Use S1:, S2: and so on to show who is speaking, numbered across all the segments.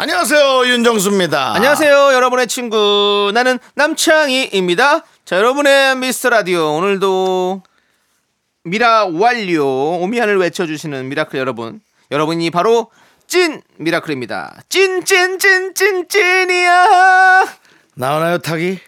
S1: 안녕하세요 윤정수입니다.
S2: 아. 안녕하세요, 여러분의 친구. 나는 남창희입니다. 자, 여러분의 미스터 라디오. 오늘도 미라 완료. 오미안을 외쳐주시는 미라클 여러분. 여러분이 바로 찐 미라클입니다. 찐, 찐, 찐, 찐, 찐이야.
S1: 나오나요 타기?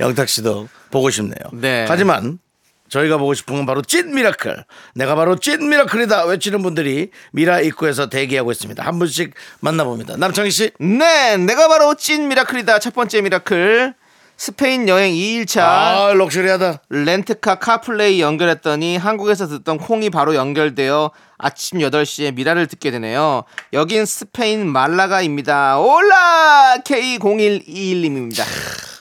S1: 영탁 씨도 보고 싶네요.
S2: 네.
S1: 하지만 저희가 보고 싶은 건 바로 찐 미라클. 내가 바로 찐 미라클이다 외치는 분들이 미라 입구에서 대기하고 있습니다. 한 분씩 만나봅니다. 남창희 씨.
S2: 네, 내가 바로 찐 미라클이다. 첫 번째 미라클. 스페인 여행 2일차.
S1: 아, 럭셔리하다.
S2: 렌트카 카플레이 연결했더니 한국에서 듣던 콩이 바로 연결되어 아침 8시에 미라를 듣게 되네요. 여긴 스페인 말라가입니다. 올라! K0121님입니다.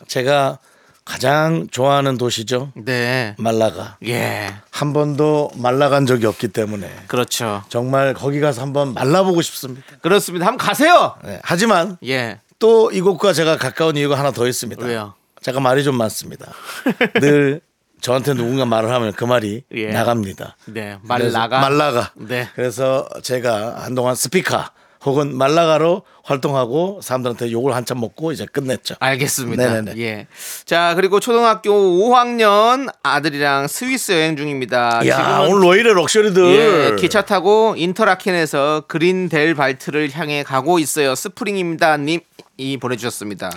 S1: 제가 가장 좋아하는 도시죠.
S2: 네.
S1: 말라가.
S2: 예.
S1: 한 번도 말라간 적이 없기 때문에
S2: 그렇죠.
S1: 정말 거기 가서 한번 말라보고 싶습니다.
S2: 그렇습니다. 한번 가세요!
S1: 네, 하지만
S2: 예.
S1: 또 이곳과 제가 가까운 이유가 하나 더 있습니다.
S2: 왜요?
S1: 제가 말이 좀 많습니다. 늘 저한테 누군가 말을 하면 그 말이
S2: 예.
S1: 나갑니다.
S2: 네.
S1: 그래서
S2: 말라가.
S1: 말라가.
S2: 네.
S1: 그래서 제가 한동안 스피카 혹은 말라가로 활동하고 사람들한테 욕을 한참 먹고 이제 끝냈죠.
S2: 아, 알겠습니다.
S1: 네네네.
S2: 예. 자, 그리고 초등학교 5학년 아들이랑 스위스 여행 중입니다.
S1: 야
S2: 지금은
S1: 오늘 왜 이래 럭셔리들.
S2: 예, 기차 타고 인터라켄에서 그린델 발트를 향해 가고 있어요. 스프링입니다. 님이 보내주셨습니다.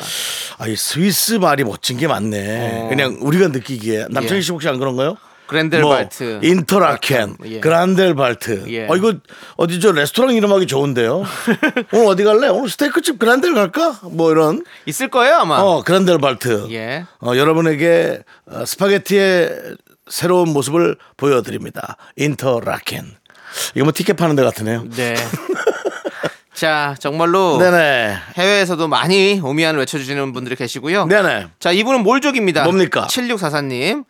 S1: 아이 스위스 말이 멋진 게 많네. 그냥 우리가 느끼기에 남창희 씨 혹시 안 그런가요?
S2: 어. 예. 그랜델발트.
S1: 뭐, 인터라켄,
S2: 예.
S1: 그란델발트.
S2: 예.
S1: 어 이거 어디 저 레스토랑 이름하기 좋은데요? 오늘 어디 갈래? 오늘 스테이크집 그란델 갈까? 뭐 이런.
S2: 있을 거예요 아마.
S1: 어 그란델발트.
S2: 예.
S1: 어, 여러분에게 어, 스파게티의 새로운 모습을 보여드립니다. 인터라켄. 이거 뭐 티켓 파는 데 같으네요.
S2: 네. 자 정말로
S1: 네네.
S2: 해외에서도 많이 오미안을 외쳐주시는 분들이 계시고요.
S1: 네네.
S2: 자 이분은 몰족입니다.
S1: 뭡니까?
S2: 7644님.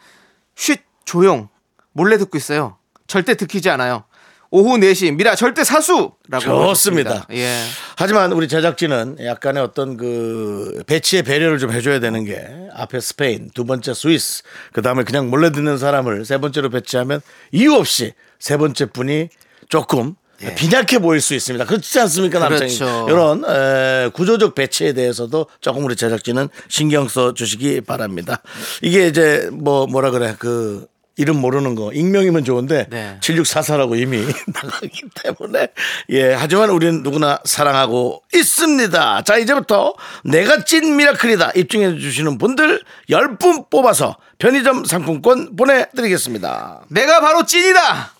S2: 쉿 조용. 몰래 듣고 있어요. 절대 듣기지 않아요. 오후 4시 미라 절대 사수라고
S1: 좋습니다.
S2: 보내주셨습니다. 예.
S1: 하지만 우리 제작진은 약간의 어떤 그 배치의 배려를 좀 해줘야 되는 게 앞에 스페인, 두 번째 스위스, 그 다음에 그냥 몰래 듣는 사람을 세 번째로 배치하면 이유 없이 세 번째 분이 조금 빈약해 보일 수 있습니다. 그렇지 않습니까, 남창희?
S2: 그렇죠.
S1: 이런 에, 구조적 배치에 대해서도 조금 우리 제작진은 신경 써 주시기 바랍니다. 이게 이제 뭐 뭐라 그래 그 이름 모르는 거 익명이면 좋은데
S2: 네.
S1: 7644라고 이미 나가기 때문에 예 하지만 우리는 누구나 사랑하고 있습니다 자 이제부터 내가 찐 미라클이다 입증해 주시는 분들 10분 뽑아서 편의점 상품권 보내드리겠습니다
S2: 내가 바로 찐이다.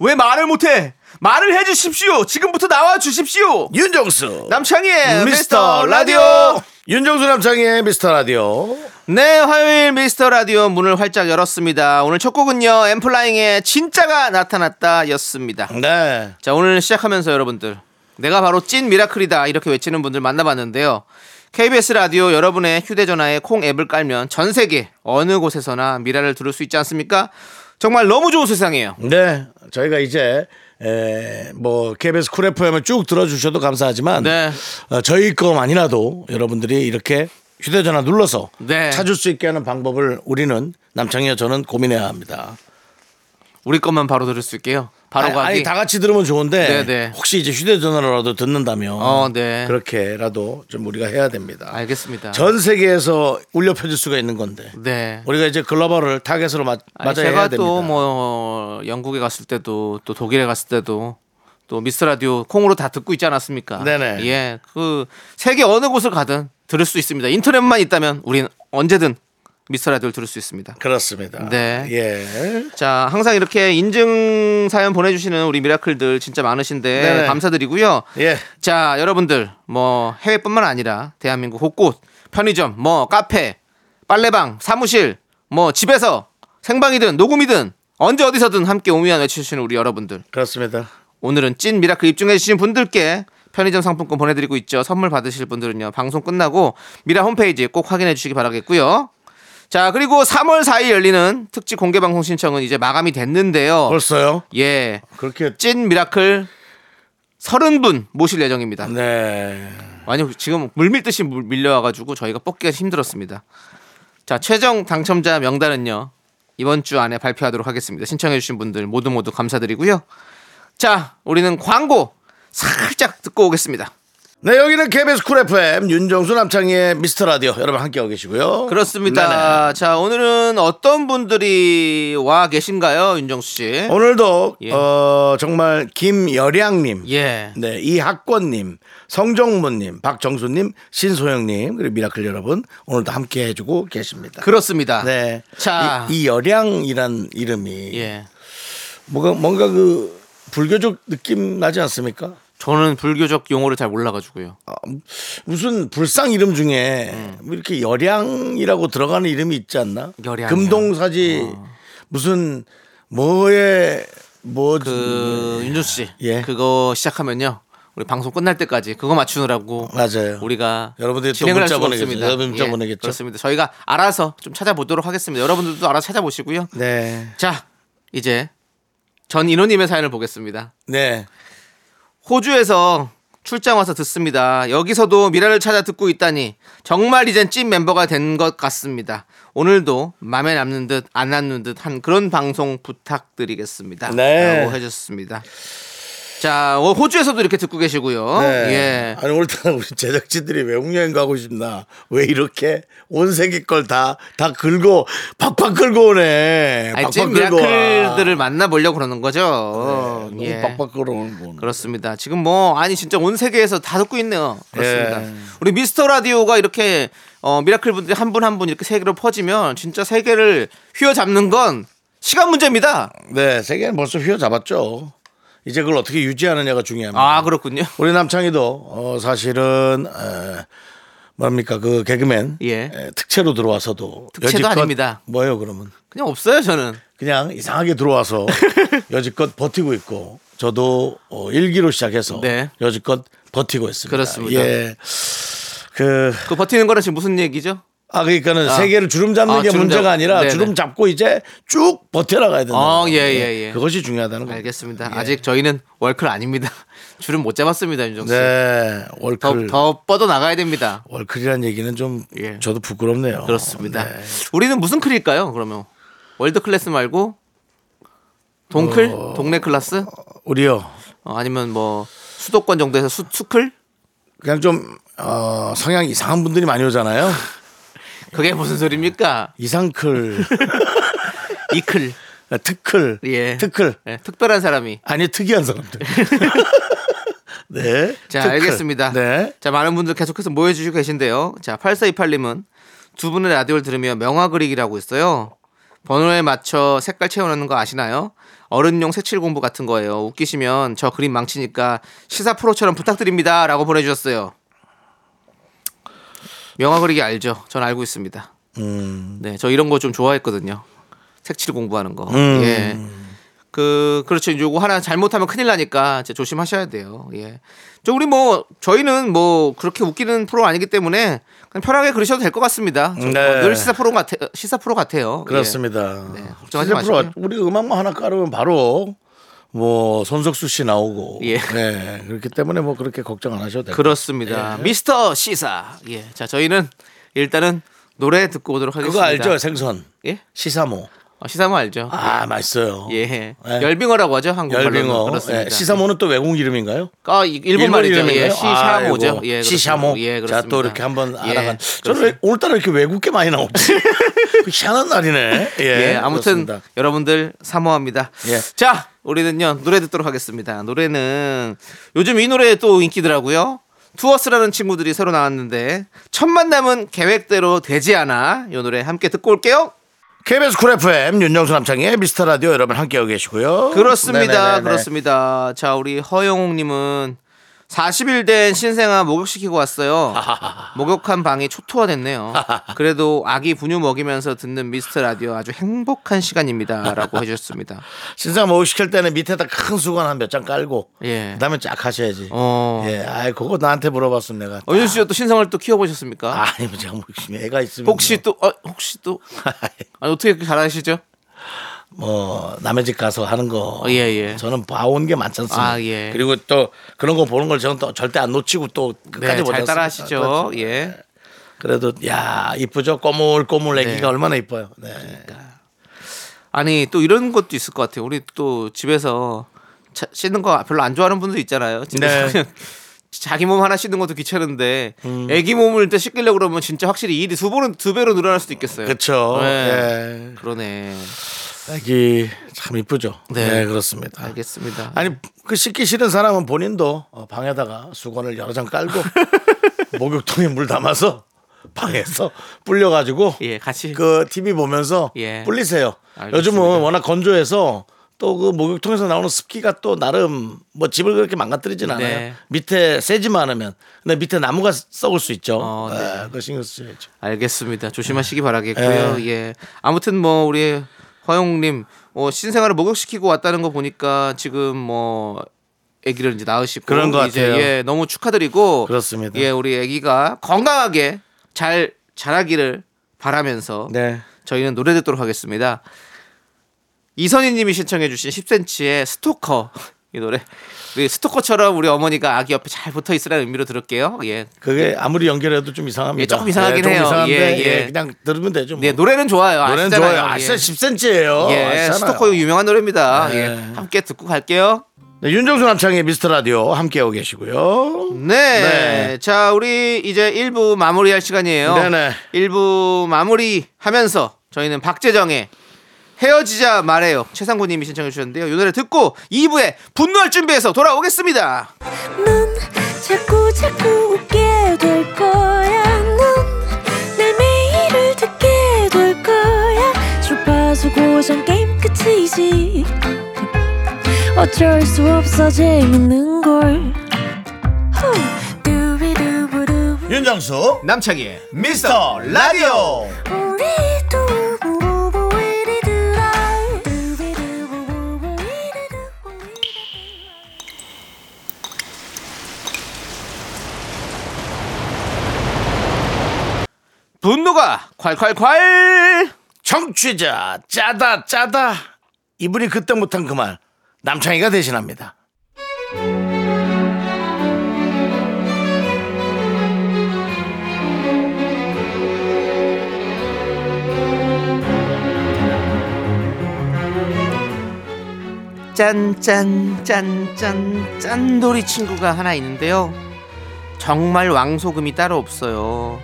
S2: 왜 말을 못해? 말을 해주십시오. 지금부터 나와 주십시오.
S1: 윤정수
S2: 남창희의
S1: 미스터 라디오 윤정수 남창희의 미스터 라디오
S2: 네, 화요일 미스터 라디오 문을 활짝 열었습니다. 오늘 첫 곡은요, 엠플라잉의 진짜가 나타났다 였습니다.
S1: 네
S2: 자, 오늘 시작하면서 여러분들, 내가 바로 찐 미라클이다. 이렇게 외치는 분들 만나봤는데요. KBS 라디오 여러분의 휴대전화에 콩 앱을 깔면 전 세계 어느 곳에서나 미라를 들을 수 있지 않습니까? 정말 너무 좋은 세상이에요.
S1: 네, 저희가 이제 에, 뭐 KBS 쿨 FM을 쭉 들어주셔도 감사하지만
S2: 네.
S1: 어, 저희 거만이라도 여러분들이 이렇게 휴대전화 눌러서
S2: 네.
S1: 찾을 수 있게 하는 방법을 우리는 남창희와 저는 고민해야 합니다.
S2: 우리 것만 바로 들을 수 있게요. 바로
S1: 아니,
S2: 가기.
S1: 아니, 다 같이 들으면 좋은데
S2: 네, 네.
S1: 혹시 이제 휴대전화로라도 듣는다면
S2: 어, 네.
S1: 그렇게라도 좀 우리가 해야 됩니다.
S2: 알겠습니다.
S1: 전 세계에서 울려 퍼질 수가 있는 건데
S2: 네.
S1: 우리가 이제 글로벌을 타겟으로 맞,
S2: 아니,
S1: 맞아야
S2: 제가
S1: 해야 됩니다.
S2: 또 뭐 영국에 갔을 때도 또 독일에 갔을 때도 또 미스 라디오 콩으로 다 듣고 있지 않았습니까?
S1: 네네.
S2: 예, 그 세계 어느 곳을 가든 들을 수 있습니다. 인터넷만 있다면 우린 언제든 미스 라디오를 들을 수 있습니다.
S1: 그렇습니다.
S2: 네.
S1: 예.
S2: 자, 항상 이렇게 인증 사연 보내주시는 우리 미라클들 진짜 많으신데
S1: 네네.
S2: 감사드리고요.
S1: 예.
S2: 자, 여러분들 뭐 해외뿐만 아니라 대한민국 곳곳 편의점, 뭐 카페, 빨래방, 사무실, 뭐 집에서 생방이든 녹음이든 언제 어디서든 함께 오미안 외치시는 우리 여러분들
S1: 그렇습니다.
S2: 오늘은 찐 미라클 입증해 주신 분들께 편의점 상품권 보내드리고 있죠. 선물 받으실 분들은요. 방송 끝나고 미라 홈페이지 꼭 확인해 주시기 바라겠고요. 자 그리고 3월 4일 열리는 특집 공개 방송 신청은 이제 마감이 됐는데요.
S1: 벌써요?
S2: 예,
S1: 그렇게
S2: 찐 미라클 30분 모실 예정입니다.
S1: 네.
S2: 아니요 지금 물밀듯이 물- 밀려와가지고 저희가 뽑기가 힘들었습니다. 자 최종 당첨자 명단은요 이번 주 안에 발표하도록 하겠습니다. 신청해주신 분들 모두 모두 감사드리고요. 자 우리는 광고 살짝 듣고 오겠습니다.
S1: 네, 여기는 KBS 쿨 FM 윤정수 남창희의 미스터 라디오 여러분 함께하고 계시고요. 네네.
S2: 그렇습니다. 자 오늘은 어떤 분들이 와 계신가요, 윤정수 씨?
S1: 오늘도
S2: 예.
S1: 어, 정말 김여량님,
S2: 예.
S1: 네 이학권님, 성정문님, 박정수님, 신소영님 그리고 미라클 여러분 오늘도 함께해주고 계십니다.
S2: 그렇습니다.
S1: 네,
S2: 자.
S1: 이, 이 여량이란 이름이
S2: 예.
S1: 뭔가 뭔가 그 불교적 느낌 나지 않습니까?
S2: 저는 불교적 용어를 잘 몰라가지고요.
S1: 아, 무슨 불상 이름 중에 뭐 이렇게 열양이라고 들어가는 이름이 있지 않나?
S2: 음. 열양이요? 어.
S1: 금동사지 무슨 뭐에 뭐
S2: 그 윤정수 씨,
S1: 예.
S2: 그거 시작하면요. 우리 방송 끝날 때까지 그거
S1: 어,
S2: 맞추느라고
S1: 맞아요.
S2: 우리가
S1: 여러분들이 또
S2: 진행을 할
S1: 문자
S2: 수가
S1: 보내겠죠.
S2: 없습니다.
S1: 여러분 문자
S2: 예,
S1: 보내겠죠.
S2: 그렇습니다. 저희가 알아서 좀 찾아보도록 하겠습니다. 여러분들도 알아서 찾아보시고요.
S1: 네.
S2: 자, 이제 전 인호님의 사연을 보겠습니다.
S1: 네.
S2: 호주에서 출장 와서 듣습니다. 여기서도 미라를 찾아 듣고 있다니 정말 이젠 찐 멤버가 된 것 같습니다. 오늘도 맘에 남는 듯 안 남는 듯 한 그런 방송 부탁드리겠습니다.
S1: 네.
S2: 라고 해주셨습니다. 자, 어, 호주에서도 이렇게 듣고 계시고요.
S1: 네.
S2: 예.
S1: 아니 오늘따라 우리 제작진들이 외국 여행 가고 싶나? 왜 이렇게 온 세계 걸 다 다 긁고 팍팍 긁고 오네.
S2: 아니, 찐
S1: 예, 와. 네,
S2: 미라클들을 만나보려고 그러는 거죠.
S1: 너무
S2: 예.
S1: 빡빡 끌어오는 거.
S2: 그렇습니다. 지금 뭐 아니 진짜 온 세계에서 다 듣고 있네요. 그렇습니다.
S1: 예.
S2: 우리 미스터 라디오가 이렇게 어, 미라클 분들이 한 분 한 분 이렇게 세계로 퍼지면 진짜 세계를 휘어잡는 건 시간 문제입니다.
S1: 네, 세계는 벌써 휘어잡았죠. 이제 그걸 어떻게 유지하느냐가 중요합니다.
S2: 아 그렇군요.
S1: 우리 남창희도 어, 사실은 에, 뭡니까 그 개그맨
S2: 예.
S1: 에, 특채로 들어와서도
S2: 특채도 아닙니다.
S1: 뭐예요 그러면
S2: 그냥 없어요 저는.
S1: 그냥 이상하게 들어와서 여지껏 버티고 있고 저도 어, 일기로 시작해서
S2: 네.
S1: 여지껏 버티고 있습니다.
S2: 그렇습니다.
S1: 예. 그,
S2: 그 버티는 거는 지금 무슨 얘기죠?
S1: 아, 그러니까는
S2: 아.
S1: 세계를 주름 잡는
S2: 아,
S1: 게
S2: 주름
S1: 문제가
S2: 잡-
S1: 아니라
S2: 네네.
S1: 주름 잡고 이제 쭉 버텨나가야 된다.
S2: 어, 예, 예, 예.
S1: 그것이 중요하다는 거죠.
S2: 알겠습니다.
S1: 예.
S2: 아직 저희는 월클 아닙니다. 줄은 못 잡았습니다 윤정 씨.
S1: 네.
S2: 더,
S1: 월클.
S2: 더 뻗어 나가야 됩니다.
S1: 월클이라는 얘기는 좀
S2: 예.
S1: 저도 부끄럽네요.
S2: 그렇습니다.
S1: 네.
S2: 우리는 무슨 클일까요? 그러면 월드 클래스 말고 동클,
S1: 어.
S2: 동네 클래스?
S1: 우리요.
S2: 어, 아니면 뭐 수도권 정도에서 수, 수클?
S1: 그냥 좀 어, 성향 이상한 분들이 많이 오잖아요.
S2: 그게 무슨 소리입니까?
S1: 이상클,
S2: 이클.
S1: 특클,
S2: 예.
S1: 특클
S2: 예, 특별한 사람이.
S1: 아니 특이한 사람들. 네.
S2: 자,
S1: 특클.
S2: 알겠습니다. 예.
S1: 네.
S2: 자, 많은 분들 계속해서 모여주시고 계신데요. 자, 8428님은 두 분의 라디오를 들으며 명화 그리기라고 있어요. 번호에 맞춰 색깔 채우는 거 아시나요? 어른용 색칠 공부 같은 거예요. 웃기시면 저 그림 망치니까 시사 프로처럼 부탁드립니다. 라고 보내주셨어요. 명화 그리기 알죠? 전 알고 있습니다. 네, 저 이런 거 좀 좋아했거든요. 색칠 공부하는 거. 예. 그 그렇죠. 이제 요거 하나 잘못하면 큰일 나니까 이제 조심하셔야 돼요. 예. 저 우리 뭐 저희는 뭐 그렇게 웃기는 프로 아니기 때문에 그냥 편하게 그러셔도 될 것 같습니다. 저뭐
S1: 네.
S2: 늘 시사 프로 같아 시사 프로 같아요. 예.
S1: 그렇습니다.
S2: 네, 걱정하지
S1: 시즌 프로가 뭐
S2: 마시고요.
S1: 우리 음악만 하나 깔으면 바로 뭐 손석수 씨 나오고.
S2: 예.
S1: 네. 그렇기 때문에 뭐 그렇게 걱정 안 하셔도 돼요.
S2: 그렇습니다.
S1: 예.
S2: 미스터 시사. 예. 자, 저희는 일단은 노래 듣고 오도록
S1: 그거
S2: 하겠습니다.
S1: 알죠? 생선.
S2: 예.
S1: 시사모.
S2: 어, 시사모 알죠?
S1: 아, 맛있어요.
S2: 예.
S1: 네.
S2: 열빙어라고 하죠. 한국말로는.
S1: 열빙어.
S2: 그렇습니다.
S1: 예, 시사모는 또 외국 이름인가요?
S2: 아, 이- 일본 말이죠. 예, 시샤모죠.
S1: 아이고,
S2: 예, 그렇습니다.
S1: 시샤모.
S2: 예, 그렇습니다.
S1: 자, 또 이렇게 한번
S2: 예,
S1: 알아간. 저는
S2: 그렇습니다.
S1: 왜 오늘따라 이렇게 외국계 많이 나오지? 그 희한한 날이네. 예,
S2: 예, 아무튼
S1: 그렇습니다.
S2: 여러분들 사모합니다.
S1: 예.
S2: 자, 우리는요 노래 듣도록 하겠습니다. 노래는 요즘 이 노래 또 인기더라고요. 투어스라는 친구들이 새로 나왔는데 첫 만남은 계획대로 되지 않아. 이 노래 함께 듣고 올게요.
S1: KBS 쿨 FM 윤정수 남창의 미스터 라디오 여러분 함께하고 계시고요. 네,
S2: 그렇습니다.
S1: 네네네네.
S2: 그렇습니다. 자, 우리 허영웅님은 40일 된 신생아 목욕시키고 왔어요. 목욕한 방이 초토화됐네요. 그래도 아기 분유 먹이면서 듣는 미스터 라디오 아주 행복한 시간입니다라고 해주셨습니다.
S1: 신상 목욕 시킬 때는 밑에다 큰 수건 한 몇 장 깔고
S2: 예.
S1: 그다음에 쫙 하셔야지.
S2: 어.
S1: 예, 아이 그거 나한테 물어봤으면 내가.
S2: 어윤 씨도 또 신생아를 또 키워보셨습니까?
S1: 아니 뭐 제가 뭐 애가 있으면
S2: 혹시 또 어, 혹시 또 아니, 어떻게 그렇게 잘하시죠?
S1: 네, 뭐 남의 집 가서 하는 거
S2: 어, 예, 예.
S1: 저는 봐온 게 많지 않습니까?
S2: 아, 예.
S1: 그리고 또 그런 거 보는 걸 저는 또 절대 안 놓치고 또 끝까지
S2: 네,
S1: 못했어요. 그렇죠.
S2: 잘
S1: 아,
S2: 따라하시죠.
S1: 네.
S2: 예.
S1: 그래도 야 이쁘죠 꼬물꼬물 애기가
S2: 네. 그러니까.
S1: 얼마나 이뻐요. 네.
S2: 아니 또 이런 것도 있을 것 같아요. 우리 또 집에서 차- 씻는 거 별로 안 좋아하는 분도 있잖아요. 진짜
S1: 네.
S2: 그냥 자기 몸 하나 씻는 것도 귀찮은데
S1: 음.
S2: 아기 몸을 일단 씻기려고 그러면 진짜 확실히 일이 두 번은 두 배로 늘어날 수도 있겠어요.
S1: 그렇죠.
S2: 네.
S1: 예.
S2: 그러네.
S1: 애기 참 이쁘죠.
S2: 네.
S1: 네. 그렇습니다.
S2: 알겠습니다.
S1: 아니 그 씻기 싫은 사람은 본인도 어, 방에다가 수건을 여러 장 깔고 목욕통에 물 담아서 방에서 불려가지고
S2: 예, 같이
S1: 그 TV 보면서
S2: 예.
S1: 불리세요.
S2: 알겠습니다.
S1: 요즘은 워낙 건조해서 또 그 목욕통에서 나오는 습기가 또 나름 뭐 집을 그렇게 망가뜨리진 않아요.
S2: 네.
S1: 밑에 세지만 않으면 근데 밑에 나무가 썩을 수 있죠.
S2: 어, 네.
S1: 예, 그거 신경 쓰셔야죠.
S2: 알겠습니다. 조심하시기
S1: 네.
S2: 바라겠고요. 예. 아무튼 뭐 우리 허용님 어, 신생아를 목욕시키고 왔다는 거 보니까 지금 뭐 아기를 이제 낳으시고
S1: 그런 것
S2: 이제
S1: 같아요.
S2: 예, 너무 축하드리고
S1: 그렇습니다.
S2: 예, 우리 아기가 건강하게 잘 자라기를 바라면서
S1: 네.
S2: 저희는 노래 듣도록 하겠습니다. 이선희님이 신청해주신 10cm의 스토커 이 노래 우리 스토커처럼 우리 어머니가 아기 옆에 잘 붙어 있으라는 의미로 들을게요. 예,
S1: 그게 아무리 연결해도 좀 이상합니다.
S2: 예, 조금 이상하긴
S1: 조금
S2: 해요.
S1: 이상한데
S2: 예, 예.
S1: 예, 그냥 들으면 되죠. 뭐.
S2: 네, 노래는 좋아요.
S1: 노래는
S2: 아시잖아요.
S1: 좋아요. 아, 진짜 10cm예요. 네.
S2: 예, 스토커의 유명한 노래입니다. 예, 함께 듣고 갈게요.
S1: 윤정수 남창의 미스터 라디오 함께하고 계시고요.
S2: 네.
S1: 네.
S2: 자, 우리 이제 1부 마무리할 시간이에요.
S1: 네네.
S2: 1부 마무리 하면서 저희는 박재정의 헤어지자 말해요. 최상구 님이 신청해 주셨는데요. 이 노래 듣고 2부에 분노할 준비해서 돌아오겠습니다.
S3: 넌 자꾸 자꾸 웃게 될 거야. 넌내 매일을 듣게 될 거야. 주파수 고정 게임 끝이지. 어쩔 수 없어 재밌는 걸. 후. 두비두부두.
S1: 윤정수
S2: 남창희의
S1: 미스터 라디오.
S3: 우리 두부부부 우리 두라. 두비두부부부 우리 두부부.
S2: 분노가 콸콸콸!
S1: 정취자 짜다 짜다 이분이 그때 못한 그 말 남창희가 대신합니다.
S2: 짠짠짠짠 짠돌이 친구가 하나 있는데요. 정말 왕소금이 따로 없어요.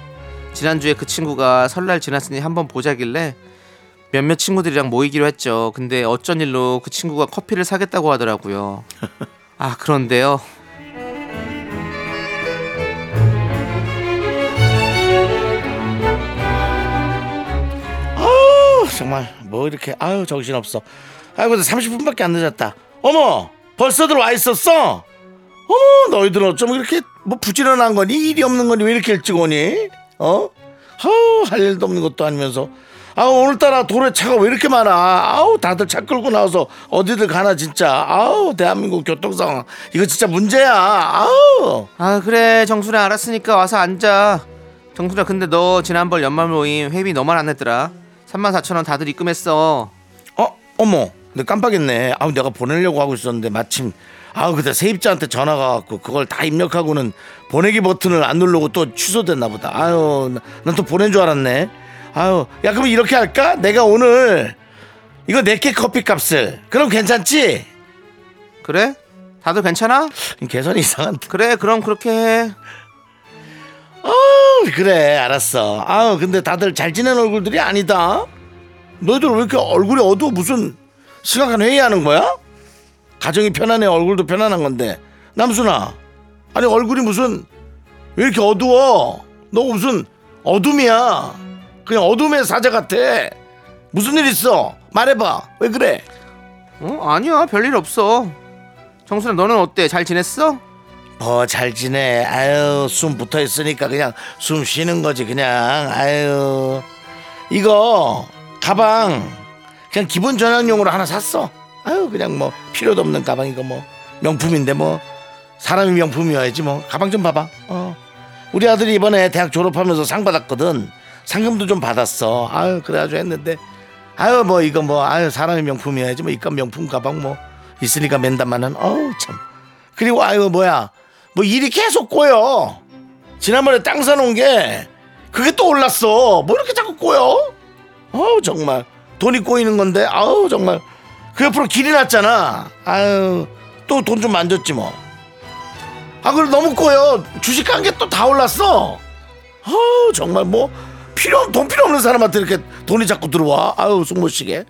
S2: 지난주에 그 친구가 설날 지났으니 한번 보자길래 몇몇 친구들이랑 모이기로 했죠. 근데 어쩐 일로 그 친구가 커피를 사겠다고 하더라고요. 아 그런데요.
S1: 아우 정말 뭐 이렇게 아유 정신 없어. 아이고 30분밖에 안 늦었다. 어머 벌써들 와 있었어. 어머 너희들 어쩜 이렇게 뭐 부지런한 거니 일이 없는 거니 왜 이렇게 일찍 오니? 어? 아우 할 일도 없는 것도 아니면서. 아 오늘따라 도로에 차가 왜 이렇게 많아? 아우 다들 차 끌고 나와서 어디들 가나 진짜. 아우 대한민국 교통 상황 이거 진짜 문제야. 아우.
S2: 아 그래 정순아 알았으니까 와서 앉아. 정순아 근데 너 지난번 연말 모임 회비 너만 안 냈더라. 34,000원 다들 입금했어.
S1: 어, 어머, 근데 깜빡했네. 아우 내가 보내려고 하고 있었는데 마침 아우 그때 세입자한테 전화가 왔고 그걸 다 입력하고는 보내기 버튼을 안 누르고 또 취소됐나 보다. 아유, 난 또 보낸 줄 알았네. 아유, 야 그럼 이렇게 할까? 내가 오늘 이거 내게 커피 값을 그럼 괜찮지?
S2: 그래? 다들 괜찮아?
S1: 계산이 이상한데.
S2: 그래 그럼 그렇게 해.
S1: 어, 그래, 알았어. 아우 근데 다들 잘 지낸 얼굴들이 아니다. 너희들 왜 이렇게 얼굴이 어두워? 무슨 심각한 회의하는 거야? 가정이 편안해 얼굴도 편안한 건데 남순아 아니 얼굴이 무슨 왜 이렇게 어두워 너 무슨 어둠이야 그냥 어둠의 사자 같아 무슨 일 있어 말해봐 왜 그래
S2: 어 아니야 별일 없어 정순아 너는 어때 잘 지냈어
S1: 예뻐 잘 지내 아유 숨 붙어 있으니까 그냥 숨 쉬는 거지 그냥 아유 이거 가방 그냥 기본 전환용으로 하나 샀어 아유 그냥 뭐 필요도 없는 가방 이거 뭐 명품인데 뭐 사람이 명품이어야지 뭐 가방 좀 봐봐 어 우리 아들이 이번에 대학 졸업하면서 상 받았거든 상금도 좀 받았어 아유 그래가지고 했는데 아유 뭐 이거 뭐 아유 사람이 명품이어야지 뭐 이깟 명품 가방 뭐 있으니까 맨담만은 어우 참 그리고 아유 뭐야 뭐 일이 계속 꼬여 지난번에 땅 사놓은 게 그게 또 올랐어 뭐 이렇게 자꾸 꼬여 어우 정말 돈이 꼬이는 건데 아우 정말 그 옆으로 길이 났잖아 아유 또 돈 좀 만졌지 뭐 아 그리고 너무 꼬여 주식 한 게 또 다 올랐어 아우 정말 뭐 필요 돈 필요 없는 사람한테 이렇게 돈이 자꾸 들어와 아유 속못시게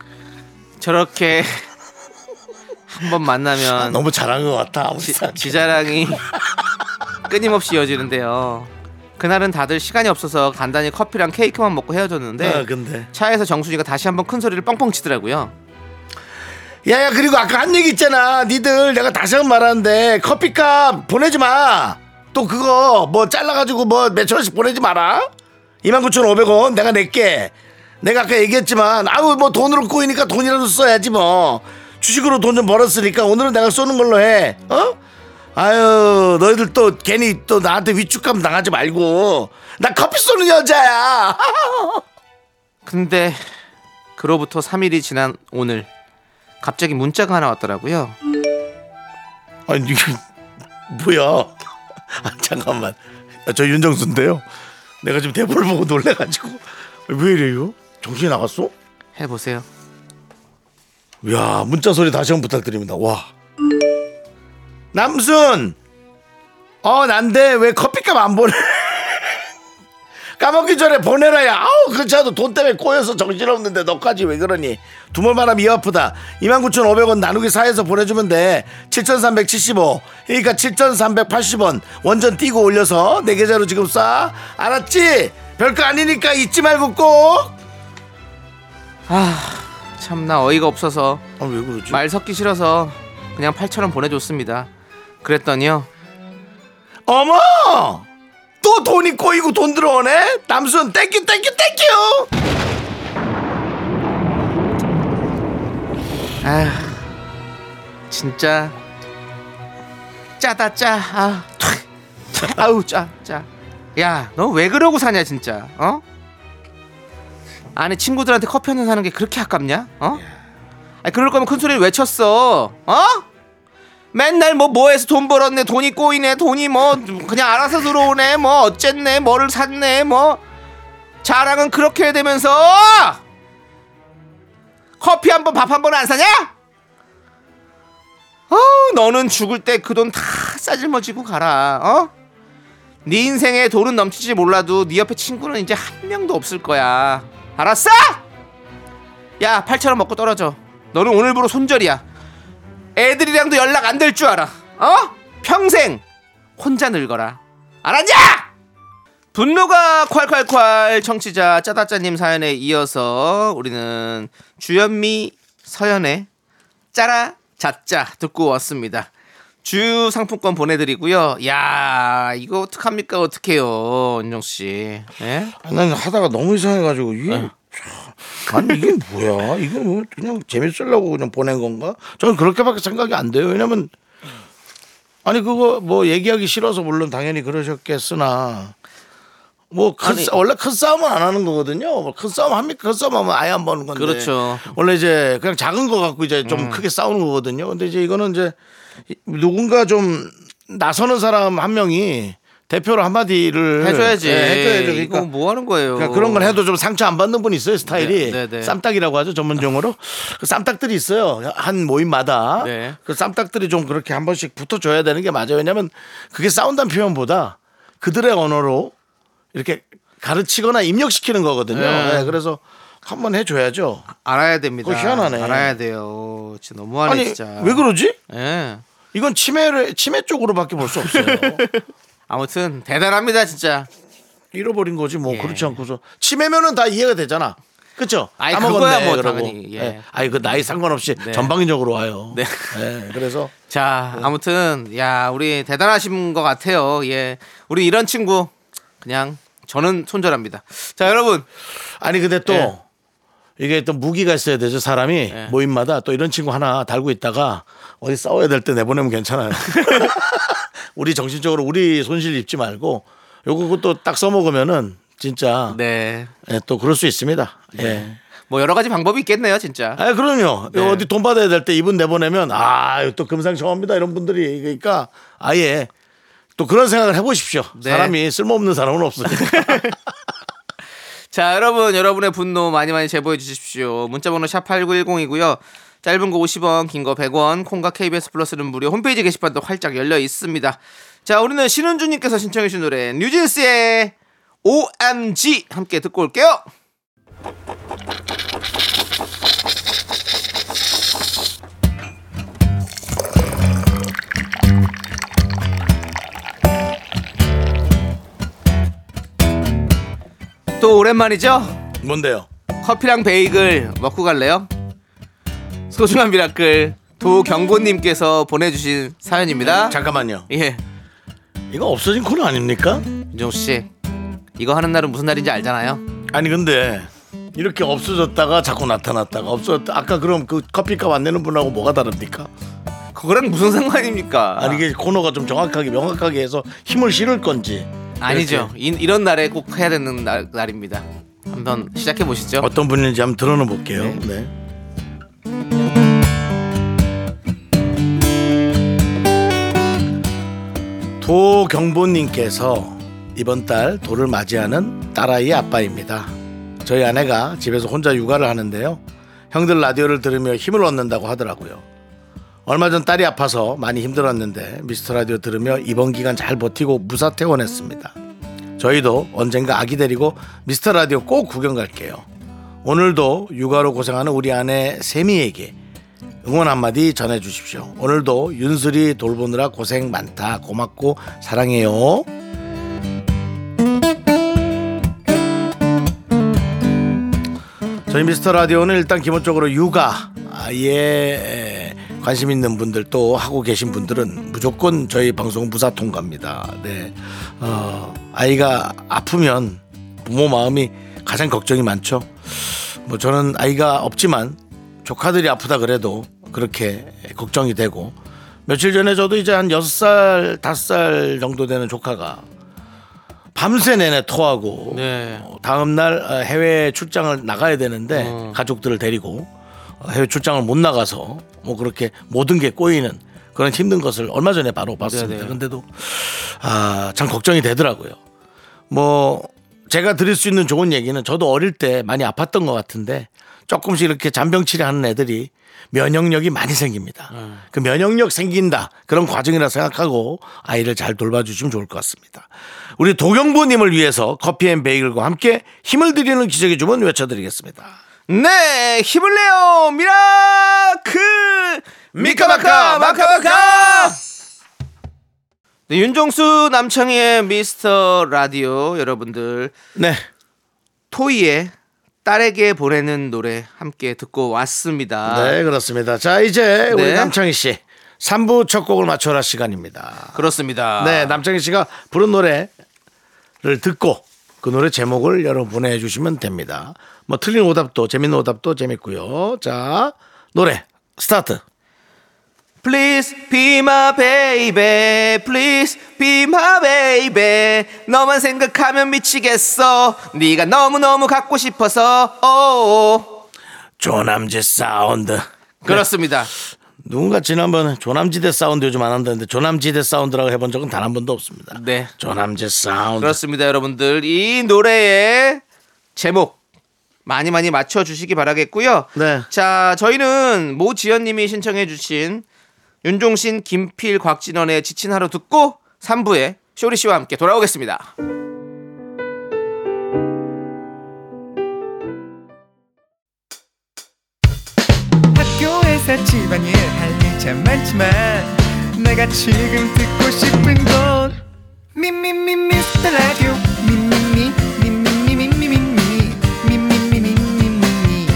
S2: 저렇게 한 번 만나면
S1: 아, 너무 잘한 것 같아 우리
S2: 지,
S1: 사람.
S2: 지자랑이 끊임없이 이어지는데요. 그날은 다들 시간이 없어서 간단히 커피랑 케이크만 먹고 헤어졌는데
S1: 아, 근데
S2: 차에서 정순이가 다시 한번 큰 소리를 뻥뻥 치더라고요.
S1: 야야 그리고 아까 한 얘기 있잖아 니들 내가 다시 한 번 말하는데 커피값 보내지 마또 그거 뭐 잘라가지고 뭐 몇천 원씩 보내지 마라 29,500원 내가 낼게 내가 아까 얘기했지만 아우 뭐 돈으로 꼬이니까 돈이라도 써야지 뭐 주식으로 돈 좀 벌었으니까 오늘은 내가 쏘는 걸로 해 어? 아유 너희들 또 괜히 또 나한테 위축감 당하지 말고 나 커피 쏘는 여자야
S2: 근데 그로부터 3일이 지난 오늘 갑자기 문자가 하나 왔더라고요.
S1: 아니 이게 뭐야? 아, 잠깐만. 아, 저 윤정수인데요. 내가 지금 대본을 보고 놀래가지고 왜 이래요? 정신이 나갔어?
S2: 해보세요.
S1: 야 문자 소리 다시 한번 부탁드립니다. 와. 남순. 어 난데 왜 커피값 안 보내? 까먹기 전에 보내라야. 아우 그렇지않아도 돈 때문에 꼬여서 정신없는데 너까지 왜 그러니? 두말만하면 이 아프다. 29,500원 나누기 4에서 보내주면 돼. 7,375. 그러니까 7,380원. 원전 띄고 올려서 내 계좌로 지금 쏴. 알았지? 별거 아니니까 잊지 말고 꼭.
S2: 참 나 어이가 없어서
S1: 아 왜 그러지?
S2: 말 섞기 싫어서 그냥 8천 원 보내줬습니다. 그랬더니요.
S1: 어머! 또 돈이 꼬이고 돈 들어오네? 남순 땡큐 땡큐 땡큐!
S2: 아 진짜 짜다 짜. 아, 촥. 차, 아우 짜 짜. 야 너 왜 그러고 사냐 진짜. 어? 아니 친구들한테 커피 한 잔 사는 게 그렇게 아깝냐? 어? 아 그럴 거면 큰 소리를 외쳤어. 어? 맨날 뭐 뭐해서 돈 벌었네 돈이 꼬이네 돈이 뭐 그냥 알아서 들어오네 뭐 어쨌네 뭐를 샀네 뭐 자랑은 그렇게 되면서 커피 한 번 밥 한 번 안 사냐? 어, 너는 죽을 때 그 돈 다 싸질머지고 가라. 어? 네 인생에 돈은 넘치지 몰라도 네 옆에 친구는 이제 한 명도 없을 거야. 알았어? 야, 8천 원 먹고 떨어져. 너는 오늘부로 손절이야. 애들이랑도 연락 안 될 줄 알아. 어? 평생 혼자 늙어라. 알았냐? 분노가 콸콸콸 청취자 짜다짜님 사연에 이어서 우리는 주현미 서연의 짜라 자짜 듣고 왔습니다. 주유 상품권 보내드리고요. 야 이거 어떡합니까 어떡해요 윤정 씨. 예?
S1: 아, 난 하다가 너무 이상해가지고 이게
S2: 네.
S1: 참, 아니 이게 뭐야? 이거 뭐 그냥 재밌으려고 그냥 보낸 건가? 저는 그렇게밖에 생각이 안 돼요. 왜냐면 아니 그거 뭐 얘기하기 싫어서 물론 당연히 그러셨겠으나 뭐 큰
S2: 아니.
S1: 싸- 원래 큰 싸움은 안 하는 거거든요. 뭐큰 싸움 합니까? 큰 싸움하면 아예 안 버는 건데.
S2: 그렇죠. 음.
S1: 원래 이제 그냥 작은 거 갖고 이제 좀 크게 싸우는 거거든요. 근데 이제 이거는 이제 누군가 좀 나서는 사람 한 명이 대표로 한마디를
S2: 해줘야지.
S1: 예, 해줘야죠.
S2: 이거
S1: 그러니까
S2: 뭐 하는 거예요?
S1: 그러니까 그런 걸 해도 좀 상처 안 받는 분이 있어요 스타일이
S2: 네, 네, 네.
S1: 쌈딱이라고 하죠 전문 용어로 그 쌈딱들이 있어요 한 모임마다
S2: 네.
S1: 그 쌈딱들이 좀 그렇게 한 번씩 붙어줘야 되는 게 맞아요 왜냐하면 그게 싸운다는 표현보다 그들의 언어로 이렇게 가르치거나 입력시키는 거거든요
S2: 네.
S1: 네, 그래서 한 번 해줘야죠
S2: 알아야 됩니다.
S1: 그거 희한하네.
S2: 알아야 돼요. 진짜 너무하네
S1: 아니
S2: 진짜.
S1: 왜 그러지
S2: 예.
S1: 이건 치매를 치매 쪽으로밖에 볼 수 없어요
S2: 아무튼 대단합니다 진짜. 예.
S1: 잃어버린 거지 뭐 그렇지 않고서 치매면은 다 이해가 되잖아 그쵸?
S2: 아이,
S1: 다 먹었네,
S2: 그거야 뭐
S1: 그러고.
S2: 당연히, 예.
S1: 아이, 그 나이 상관없이
S2: 네.
S1: 전방위적으로 와요.
S2: 네.
S1: 예, 그래서
S2: 자,
S1: 네.
S2: 아무튼 야, 우리 대단하신 것 같아요. 예. 우리 이런 친구 그냥 저는 손절합니다. 자, 여러분.
S1: 아니 근데 또
S2: 예.
S1: 이게 또 무기가 있어야 되죠 사람이 모임마다 또 이런 친구 하나 달고 있다가 어디 싸워야 될 때 내보내면 괜찮아요. 우리 정신적으로 우리 손실 입지 말고 요거 또 딱 써먹으면은 진짜
S2: 네.
S1: 예, 또 그럴 수 있습니다. 예.
S2: 뭐 여러 가지 방법이 있겠네요, 진짜.
S1: 아 그럼요.
S2: 네.
S1: 어디 돈 받아야 될 때 이분 내보내면 아또 금상첨화입니다 이런 분들이 그러니까 아예 또 그런 생각을 해보십시오.
S2: 네.
S1: 사람이 쓸모없는 사람은 없으니까.
S2: 자, 여러분, 여러분의 분노 많이 많이 제보해 주십시오. 문자번호 샵8910이고요. 짧은 거 50원, 긴 거 100원, 콩과 KBS 플러스는 무료 홈페이지 게시판도 활짝 열려 있습니다. 자, 우리는 신은주님께서 신청해 주신 노래, 뉴진스의 OMG 함께 듣고 올게요. 또 오랜만이죠?
S1: 뭔데요?
S2: 커피랑 베이글 먹고 갈래요? 소중한 미라클 도경보님께서 보내주신 사연입니다.
S1: 잠깐만요.
S2: 예,
S1: 이거 없어진 코너 아닙니까?
S2: 윤정수 씨, 이거 하는 날은 무슨 날인지 알잖아요.
S1: 아니 근데 이렇게 없어졌다가 자꾸 나타났다가 없어졌다 아까 그럼 그 커피값 안 내는 분하고 뭐가 다릅니까?
S2: 그거랑 무슨 상관입니까?
S1: 아니 이게 코너가 좀 정확하게 명확하게 해서 힘을 실을 건지
S2: 아니죠. 이, 이런 날에 꼭 해야 되는 날, 날입니다. 한번 시작해 보시죠.
S1: 어떤 분인지 한번 들어는 볼게요. 네. 도경보님께서 이번 달 돌을 맞이하는 딸아이의 아빠입니다. 저희 아내가 집에서 혼자 육아를 하는데요. 형들 라디오를 들으며 힘을 얻는다고 하더라고요. 얼마 전 딸이 아파서 많이 힘들었는데 미스터 라디오 들으며 이번 기간 잘 버티고 무사 퇴원했습니다. 저희도 언젠가 아기 데리고 미스터 라디오 꼭 구경 갈게요. 오늘도 육아로 고생하는 우리 아내 세미에게 응원 한마디 전해 주십시오. 오늘도 윤슬이 돌보느라 고생 많다. 고맙고 사랑해요. 저희 미스터 라디오는 일단 기본적으로 육아에 관심 있는 분들 또 하고 계신 분들은 무조건 저희 방송 무사 통과입니다. 네. 어, 아이가 아프면 부모 마음이 가장 걱정이 많죠. 뭐 저는 아이가 없지만 조카들이 아프다 그래도 그렇게 걱정이 되고 며칠 전에 저도 이제 한 6살, 5살 정도 되는 조카가 밤새 내내 토하고
S2: 네.
S1: 어, 다음 날 어, 해외 출장을 나가야 되는데
S2: 어.
S1: 가족들을 데리고 어, 해외 출장을 못 나가서 뭐 그렇게 모든 게 꼬이는 그런 힘든 것을 얼마 전에 바로 봤습니다.
S2: 네네.
S1: 그런데도 아, 참 걱정이 되더라고요. 뭐 제가 드릴 수 있는 좋은 얘기는 저도 어릴 때 많이 아팠던 것 같은데 조금씩 이렇게 잔병치레 하는 애들이 면역력이 많이 생깁니다. 그 면역력 생긴다 그런 과정이라 생각하고 아이를 잘 돌봐주시면 좋을 것 같습니다. 우리 도경보님을 위해서 커피앤베이글과 함께 힘을 드리는 기적의 주문 외쳐드리겠습니다.
S2: 네, 힘을 내요, 미라클 미카마카 마카마카. 네, 윤종수 남창희의 미스터 라디오 여러분들
S1: 네,
S2: 토이의 딸에게 보내는 노래 함께 듣고 왔습니다.
S1: 네 그렇습니다. 자 이제 우리
S2: 아. 네.
S1: 남창희 씨 3부 첫 곡을 맞춰라 시간입니다.
S2: 그렇습니다.
S1: 네, 남창희 씨가 부른 노래를 듣고 그 노래 제목을 여러분 보내주시면 됩니다. 뭐 틀린 오답도 재밌는 오답도 재밌고요. 자, 노래 스타트.
S2: Please be my baby, please be my baby. 너만 생각하면 미치겠어. 네가 너무 너무 갖고 싶어서. Oh. 오.
S1: 조남지 사운드.
S2: 네. 그렇습니다.
S1: 누군가 지난번에 조남지대 사운드 요즘 안 한다는데 조남지대 사운드라고 해본 적은 단 한 번도 없습니다.
S2: 네.
S1: 조남지 사운드.
S2: 그렇습니다, 여러분들. 이 노래의 제목 많이 많이 맞춰 주시기 바라겠고요.
S1: 네.
S2: 자, 저희는 모지연 님이 신청해 주신 윤종신, 김필, 곽진원의 지친 하루 듣고 3부에 쇼리 씨와 함께 돌아오겠습니다.
S4: 학교에서 집안일 할 일 참 많지만 내가 지금 듣고 싶은 건 미미미 미스터 라디오 미미미 미미미 미미미 미미미 미미미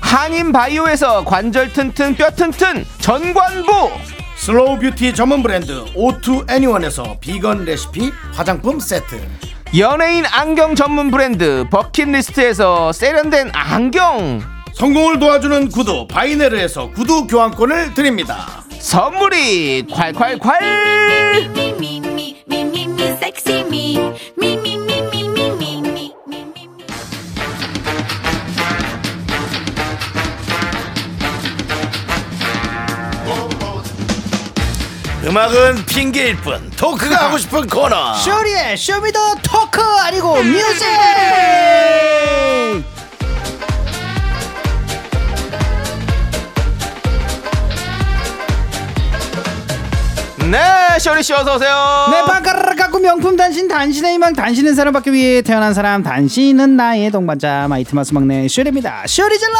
S2: 한인 바이오에서 관절 튼튼 뼈 튼튼 전관부
S1: 슬로우 뷰티 전문 브랜드 오투 애니원에서 비건 레시피 화장품 세트
S2: 연예인 안경 전문 브랜드 버킷리스트에서 세련된 안경
S1: 성공을 도와주는 구두 바이네르에서 구두 교환권을 드립니다
S2: 선물이 콸콸콸
S3: Me, me, me, me, me, me, sexy me. Me, me, me, me, me, me, me, me, me, me.
S1: 음악은 핑계일 뿐 토크가 하고 싶은 코너
S4: 쇼리의 쇼미더 토크 아니고 뮤직
S2: 네 쇼리 씨 어서 오세요
S4: 내 바가락 네, 갖고 명품 단신 단신의 희망 단신은 사람밖에 위해 태어난 사람 단신은 나의 동반자 마이트마스 막내 쇼리입니다 쇼리 질러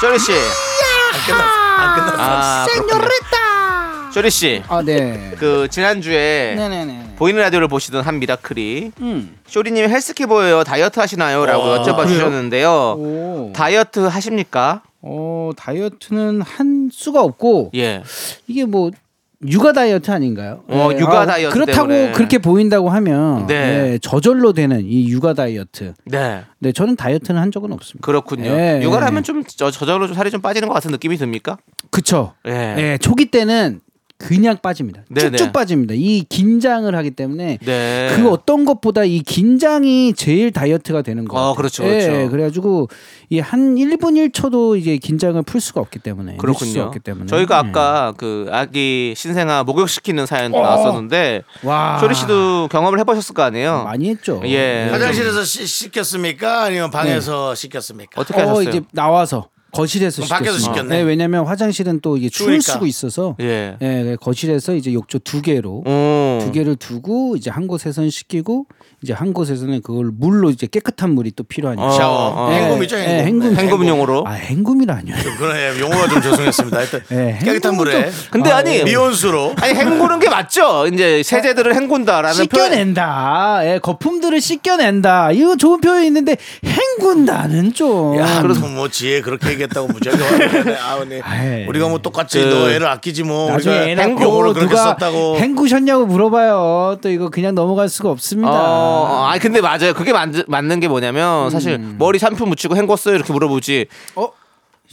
S2: 쇼리 씨 아,
S4: 생요리타
S2: 쇼리 씨그
S4: 아네
S2: 지난주에
S4: 네네네
S2: 보이는 라디오를 보시던 한 미라클이
S4: 음. 아,
S2: 쇼리님 헬스케 보여요 다이어트 하시나요? 라고 여쭤봐 주셨는데요
S4: 오.
S2: 다이어트 하십니까?
S4: 어 다이어트는 한 수가 없고
S2: 예
S4: 이게 뭐 육아 다이어트 아닌가요?
S2: 어,
S4: 예,
S2: 육아 다이어트
S4: 그렇다고
S2: 때문에.
S4: 그렇게 보인다고 하면
S2: 네.
S4: 예, 저절로 되는 이 육아 다이어트.
S2: 네.
S4: 네, 저는 다이어트는 한 적은 없습니다.
S2: 그렇군요.
S4: 예,
S2: 육아를
S4: 예.
S2: 하면 좀 저, 저절로 좀 살이 좀 빠지는 것 같은 느낌이 듭니까?
S4: 그쵸.
S2: 예.
S4: 예, 초기 때는 그냥 빠집니다.
S2: 네,
S4: 쭉쭉
S2: 네.
S4: 빠집니다. 이 긴장을 하기 때문에
S2: 네.
S4: 그 어떤 것보다 이 긴장이 제일 다이어트가 되는 거예요.
S2: 어, 그렇죠, 그렇죠.
S4: 예, 그래가지고 이 한 1분 1초도 이제 긴장을 풀 수가 없기 때문에
S2: 렇
S4: 풀
S2: 군
S4: 수
S2: 요
S4: 없기 때문에
S2: 저희가
S4: 예.
S2: 아까 그 아기 신생아 목욕시키는 사연 나왔었는데
S4: 네. 와
S2: 쇼리 씨도 경험을 해보셨을 거 아니에요?
S4: 아. 많이 했죠.
S2: 예.
S1: 화장실에서 씻- 씻겼습니까 아니면 방에서
S4: 네.
S1: 씻겼습니까
S2: 어떻게 하셨어요?
S4: 이제 나와서 거실에서
S1: 그럼 밖에서
S4: 시켰습니다.
S1: 시켰네.
S4: 네, 왜냐면 화장실은 또 이게 추울
S1: 추우니까.
S4: 쓰고 있어서 예.
S2: 예.
S4: 그래서 거실에서 이제 욕조 두 개로
S2: 오.
S4: 두 개를 두고 이제 한 곳에선 식히고 이제 한 곳에서는 그걸 물로 이제 깨끗한 물이 또 필요하니까.
S2: 어,
S1: 샤워.
S2: 어.
S1: 헹굼이죠,
S4: 예,
S1: 헹굼.
S4: 헹굼.
S2: 행금용으로.
S4: 아, 헹굼이라뇨.
S1: 그래 용어가 좀 죄송했습니다 하여튼
S4: 예,
S1: 깨끗한
S4: 헹굼은
S1: 물에
S2: 근데
S4: 아,
S2: 아니
S1: 미온수로
S2: 아니 헹구는 게 맞죠? 이제 세제들을 헹군다라는 표현.
S4: 씻겨낸다. 예, 거품들을 씻겨낸다. 이거 좋은 표현이 있는데 헹군다는 좀.
S1: 야, 그래서 뭐 지혜 그렇게 얘기했다고 무지하게 화를 내네. 아우, 네.
S4: 아, 아이.
S1: 우리가 뭐 똑같이
S2: 그,
S1: 너 애를 아끼지 뭐 우리가
S4: 나중에 애
S1: 용어를
S4: 낳고
S1: 그렇게
S4: 누가
S1: 썼다고
S4: 헹구셨냐고 물어봐요. 또 이거 그냥 넘어갈 수가 없습니다.
S2: 어, 아니 근데 맞아요. 그게 맞, 맞는 게
S1: 음.
S2: 뭐냐면 사실 머리 샴푸 묻히고 헹궜어요 이렇게 물어보지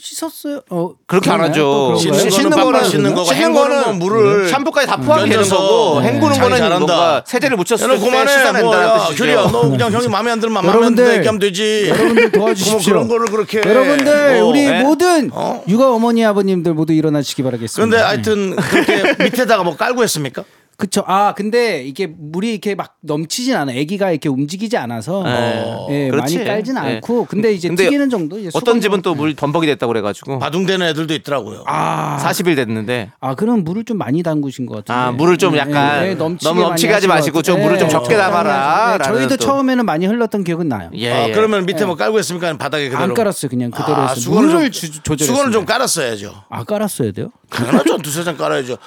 S4: 씻었어요? 어,
S2: 그렇게 안
S4: 그러나요?
S2: 하죠.
S4: 또 그런
S1: 씻는
S4: 거예요?
S1: 거는 빡빡 씻는 거고
S2: 씻는
S1: 헹구는
S2: 거는
S1: 건 물을
S2: 샴푸까지 다 포함이 되는
S1: 얹어서
S2: 거고
S1: 네.
S2: 헹구는
S1: 잘
S2: 거는
S1: 잘한다.
S2: 뭔가 세제를 묻혔을
S1: 얘는
S2: 때
S1: 그만해
S2: 씻어낸다는
S1: 뭐야
S2: 뜻이죠.
S1: 규리야 너 그냥 형이 마음에 안 들면 마음에 안
S4: 여러분들,
S1: 든다 얘기하면 되지
S4: 여러분들
S1: 뭐
S4: 도와주십시오.
S1: 그런 거를 그렇게
S4: 여러분들
S2: 네.
S1: 어,
S4: 우리
S1: 예?
S4: 모든
S1: 어?
S4: 육아 어머니 아버님들 모두 일어나시기 바라겠습니다.
S2: 음.
S4: 네.
S1: 근데 하여튼 그렇게 밑에다가 뭐 깔고 했습니까?
S4: 그쵸. 아 근데 이게 물이 이렇게 막 넘치진 않아. 아기가 이렇게 움직이지 않아서
S2: 네.
S4: 예,
S2: 그렇지.
S4: 많이 깔진
S2: 네.
S4: 않고 근데 이제
S2: 근데
S4: 튀기는 정도. 이제
S2: 어떤
S4: 수건
S2: 집은
S4: 정도.
S2: 또 물 범벅이 됐다고 그래가지고
S1: 바둥대는 애들도 있더라고요
S4: 아,
S2: 40일 됐는데
S4: 아 그럼 물을 좀 많이 담그신 것 같은데. 예,
S2: 아, 물을 좀 약간 너무 넘치게
S4: 많이
S2: 하지
S4: 하신
S2: 마시고
S4: 것
S2: 좀
S4: 같아요.
S2: 물을 좀 적게 담아라.
S4: 네,
S2: 라는
S4: 저희도
S2: 또.
S4: 처음에는 많이 흘렀던 기억은 나요.
S2: 예,
S1: 아,
S2: 예.
S1: 그러면 밑에 뭐 깔고 했습니까? 아니면 바닥에 그대로
S4: 안 깔았어요. 그냥 그대로
S1: 아,
S4: 했어요.
S1: 수건을
S4: 물을
S1: 좀-
S4: 주- 조절했어요.
S1: 수건을 좀 깔았어야죠
S4: 아 깔았어야 돼요?
S1: 당연하죠 두세 장 깔아야죠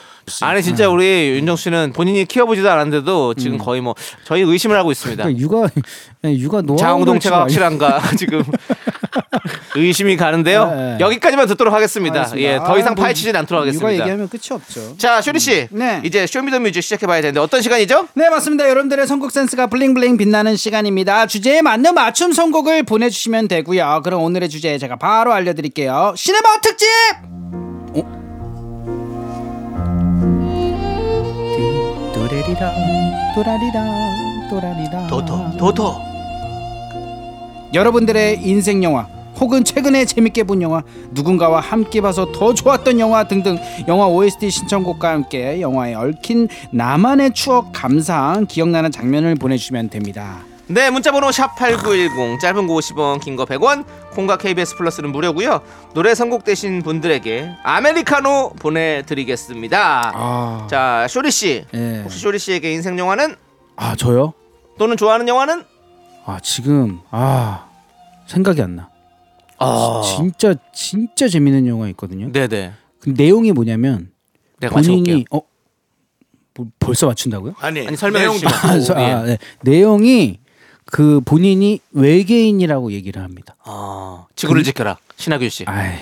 S2: 아니 진짜
S1: 음.
S2: 우리 윤정 씨는 본인이 키워보지도 않았는데도 지금 거의 뭐 저희 의심을 하고 있습니다.
S4: 그러니까 육아 예, 육아 노하우
S2: 자웅동체가 확실한가 지금 의심이 가는데요.
S4: 네.
S2: 여기까지만 듣도록 하겠습니다. 예, 더 이상 파헤치진 않도록
S4: 누가
S2: 하겠습니다.
S4: 아, 뭐 얘기하면 끝이 없죠.
S2: 자, 쇼리 씨.
S4: 음, 네.
S2: 이제 쇼미더뮤직 시작해봐야 되는데 어떤 시간이죠?
S4: 네 맞습니다 여러분들의 선곡 센스가 블링블링 빛나는 시간입니다 주제에 맞는 맞춤 선곡을 보내주시면 되고요 그럼 오늘의 주제 제가 바로 알려드릴게요 시네마 특집 어? 도라리라 도라리라 도라리라
S2: 도토, 도토.
S4: 여러분들의 인생 영화 혹은 최근에 재밌게 본 영화 누군가와 함께 봐서 더 좋았던 영화 등등 영화 OST 신청곡과 함께 영화에 얽힌 나만의 추억 감상 기억나는 장면을 보내주시면 됩니다
S2: 네, 문자번호 샵8910 짧은 거 50원, 긴 거 100원, 콩과 KBS 플러스는 무료고요. 노래 선곡되신 분들에게 아메리카노 보내드리겠습니다.
S4: 아.
S2: 자, 쇼리 씨.
S4: 예.
S2: 혹시 쇼리 씨에게 인생 영화는
S4: 아 저요?
S2: 또는 좋아하는 영화는?
S4: 아 지금 아 생각이 안나 아, 어. 진짜 진짜 재밌는 영화 있거든요
S2: 어. 네네.
S4: 그 내용이 뭐냐면
S2: 내가
S4: 본인이
S2: 맞춰볼게요.
S4: 어? 뭐, 벌써 맞춘다고요?
S1: 아니,
S2: 아니, 설명해
S1: 내용
S2: 주시면. 예.
S1: 봐.
S4: 아, 저- 아, 네. 내용이 그 본인이 외계인이라고 얘기를 합니다.
S2: 아, 지구를 지켜라. 신하균 씨.
S4: 아이,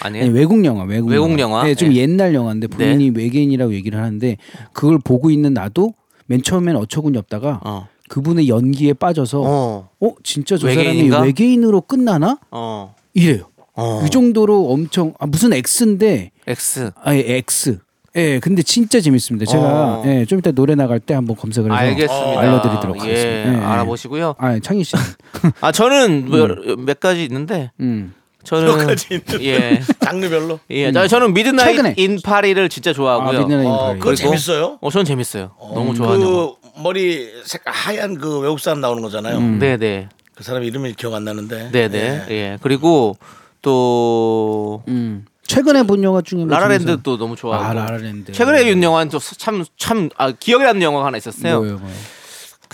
S2: 아니,
S4: 아니, 외국 영화, 외국,
S2: 네. 외국 영화?
S4: 네, 좀
S2: 예.
S4: 옛날 영화인데 본인이 외계인이라고 얘기를 하는데 그걸 보고 있는 나도 맨 처음엔 어처구니 없다가
S2: 어.
S4: 그분의 연기에 빠져서 어,
S2: 어.
S4: 진짜 저
S2: 외계인인가?
S4: 사람이 외계인으로 끝나나?
S2: 어.
S4: 이래요.
S2: 어.
S4: 이 정도로 엄청 아, 무슨 X인데
S2: X.
S4: 아예 X. 예, 근데 진짜 재밌습니다. 제가
S2: 어.
S4: 예, 좀 이따 노래 나갈 때 한번 검색을 해서
S2: 알겠습니다.
S4: 알려드리도록 하겠습니다.
S2: 예,
S4: 예.
S2: 알아보시고요.
S4: 아, 창희 씨.
S2: 아, 저는 뭐 몇 가지 있는데
S4: 음.
S2: 저는
S1: 몇 가지 있는데.
S2: 예.
S1: 장르별로.
S2: 예, 나- 저는 미드나잇
S4: 최근에.
S2: 인 파리를 진짜 좋아하고요.
S4: 아, 미드나잇 인
S1: 어,
S4: 파리.
S1: 그거
S2: 네, 그리고-
S1: 재밌어요?
S2: 어, 저는 재밌어요. 너무 좋아하는 거.
S1: 그 머리 색깔 하얀 그 외국 사람 나오는 거잖아요.
S4: 음.
S2: 네, 네,
S1: 그 사람 이름이 기억 안 나는데.
S2: 네, 네. 예, 그리고 또
S4: 음. 최근에 본 영화 중에 뭐 재밌어요?
S2: 라라랜드도 너무 좋아하고.
S4: 아, 라라랜드.
S2: 최근에 윤 영화는 또참참 아, 기억에 남는 영화가 하나 있었어요.
S4: 뭐예요, 뭐예요?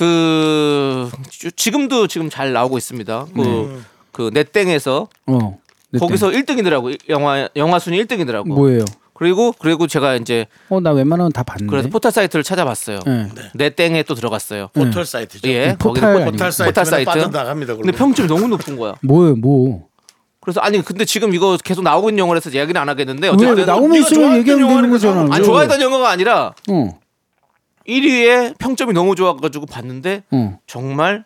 S2: 그 주- 지금도 지금 잘 나오고 있습니다.
S4: 네.
S2: 그 그 넷땡에서
S4: 어. 네,
S2: 거기서 1등이더라고 영화 영화 순위 1등이더라고.
S4: 땡. 뭐예요?
S2: 그리고 그리고 제가 이제
S4: 어, 나 웬만하면 다 봤는데.
S2: 그래서 포털 사이트를 찾아봤어요.
S4: 네.
S2: 넷땡에 또 들어갔어요.
S1: 포털 사이트죠.
S2: 예,
S4: 포탈
S2: 거기는 포-
S4: 아니고.
S1: 포털 사이트. 포
S2: 포털
S1: 사
S2: 사이트.
S1: 빠져나갑니다.
S2: 근데 평점이 너무 높은 거야.
S4: 뭐예요, 뭐.
S2: 그래서 아니 근데 지금 이거 계속 나오고 있는 영화라서 이야기는 안 하겠는데
S4: 왜
S2: 어쨌든
S4: 나오면 있으면 얘기하면 되는 거잖아.
S2: 아니
S4: 왜?
S2: 좋아했던 영화가 아니라
S4: 어.
S2: 1위에 평점이 너무 좋아가지고 봤는데
S4: 어.
S2: 정말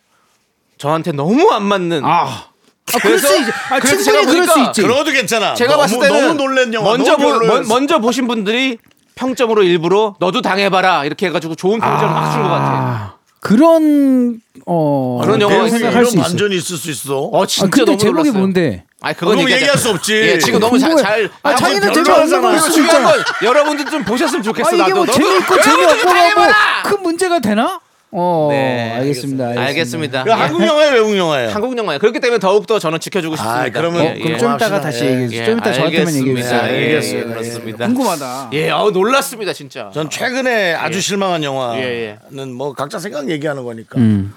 S2: 저한테 너무 안 맞는.
S4: 아. 아, 그럴
S2: 그래서-
S4: 수 있지. 아,
S2: 그래서
S4: 충분히
S2: 제가
S4: 그럴 수
S2: 보니까
S4: 있지.
S1: 그러도 괜찮아.
S2: 제가
S1: 너무,
S2: 봤을 때는
S1: 너무 놀란 영화.
S2: 먼저
S1: 너무
S2: 보,
S1: 별로였어.
S2: 먼저 보신 분들이 평점으로 일부러 너도 당해봐라 이렇게 해가지고 좋은 평점을 확준것 같아.
S4: 아. 그런 어
S2: 그런 영화가
S4: 그런
S1: 대세
S2: 있어요.
S4: 생각할 수
S1: 이런
S4: 있어.
S1: 반전이 있을 네, 수 있어.
S2: 어
S4: 아,
S2: 진짜
S4: 근데
S2: 너무
S4: 제목이
S2: 놀랐어요.
S4: 뭔데?
S2: 아 그건
S1: 그럼 얘기할 수 없지.
S2: 예, 지금 너무 잘
S4: 뭐야?
S2: 잘.
S4: 아,
S2: 아,
S4: 자기는
S1: 별로
S4: 재미없는
S1: 하잖아.
S4: 걸수
S2: 중요한
S4: 있잖아.
S2: 건 여러분들 좀 보셨으면 좋겠어.
S4: 아 이게
S2: 나도
S4: 뭐
S2: 너도.
S4: 재미있고 재미없고 뭐 하고 큰 문제가 되나? 어
S2: 네,
S4: 알겠습니다. 어,
S2: 알겠습니다.
S1: 이거 한국 영화예요, 외국 영화예요.
S2: 한국 영화예요. 그렇기 때문에 더욱 더 저는 지켜주고 싶습니다. 예,
S1: 아, 그러면-
S4: 어, 그럼 좀 이따가 다시
S1: 예,
S4: 얘기해 주세요. 좀 이따 저한테만 얘기해 주세요.
S2: 알겠습니다. 예,
S1: 알겠어요.
S2: 예, 그렇습니다.
S4: 궁금하다.
S2: 예, 어 놀랐습니다 진짜.
S1: 전 최근에 아주 실망한 영화는
S2: 예,
S1: 뭐 각자 생각 얘기하는 거니까.
S4: 음.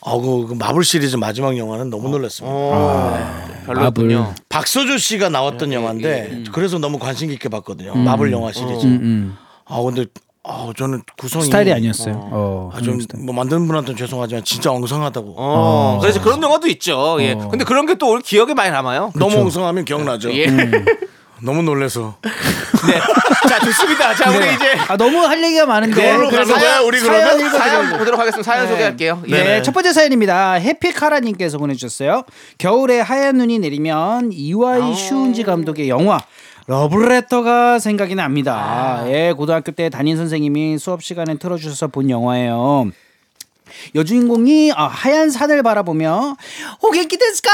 S1: 어그 그 마블 시리즈 마지막 영화는
S2: 어,
S1: 너무 놀랐습니다.
S4: 예.
S2: 별로군요.
S1: 박서주 씨가
S2: 예,
S1: 나왔던 영화인데 그래서 너무 관심 깊게 봤거든요.
S4: 음.
S1: 마블 영화 시리즈. 아 근데 아 저는 구성이
S4: 스타일이 아니었어요. 어,
S1: 아좀 뭐 만드는 분한테는 죄송하지만 진짜 엉성하다고.
S2: 어, 그래서 그런 영화도 있죠. 예.
S4: 어.
S2: 근데 그런 게 또 오늘 기억에 많이 남아요.
S1: 너무 엉성하면 기억나죠.
S2: 예.
S4: 음.
S1: 너무 놀래서.
S2: 네. 자 좋습니다. 자 우리 이제 네,
S4: 아 너무 할 얘기가 많은데.
S1: 그걸로 가는 거야 우리
S4: 사연
S1: 그러면?
S4: 읽어드려요.
S2: 사연 보도록 하겠습니다. 사연 소개할게요. 예.
S4: 네, 첫 번째 사연입니다. 해피카라님께서 보내주셨어요. 겨울에 하얀 눈이 내리면 이와이 슈운지 감독의 영화 러브레터가 생각이 납니다. 예, 고등학교 때 담임 선생님이 수업 시간에 틀어주셔서 본 영화예요. 여주인공이 아, 하얀 산을 바라보며 호객기 데스까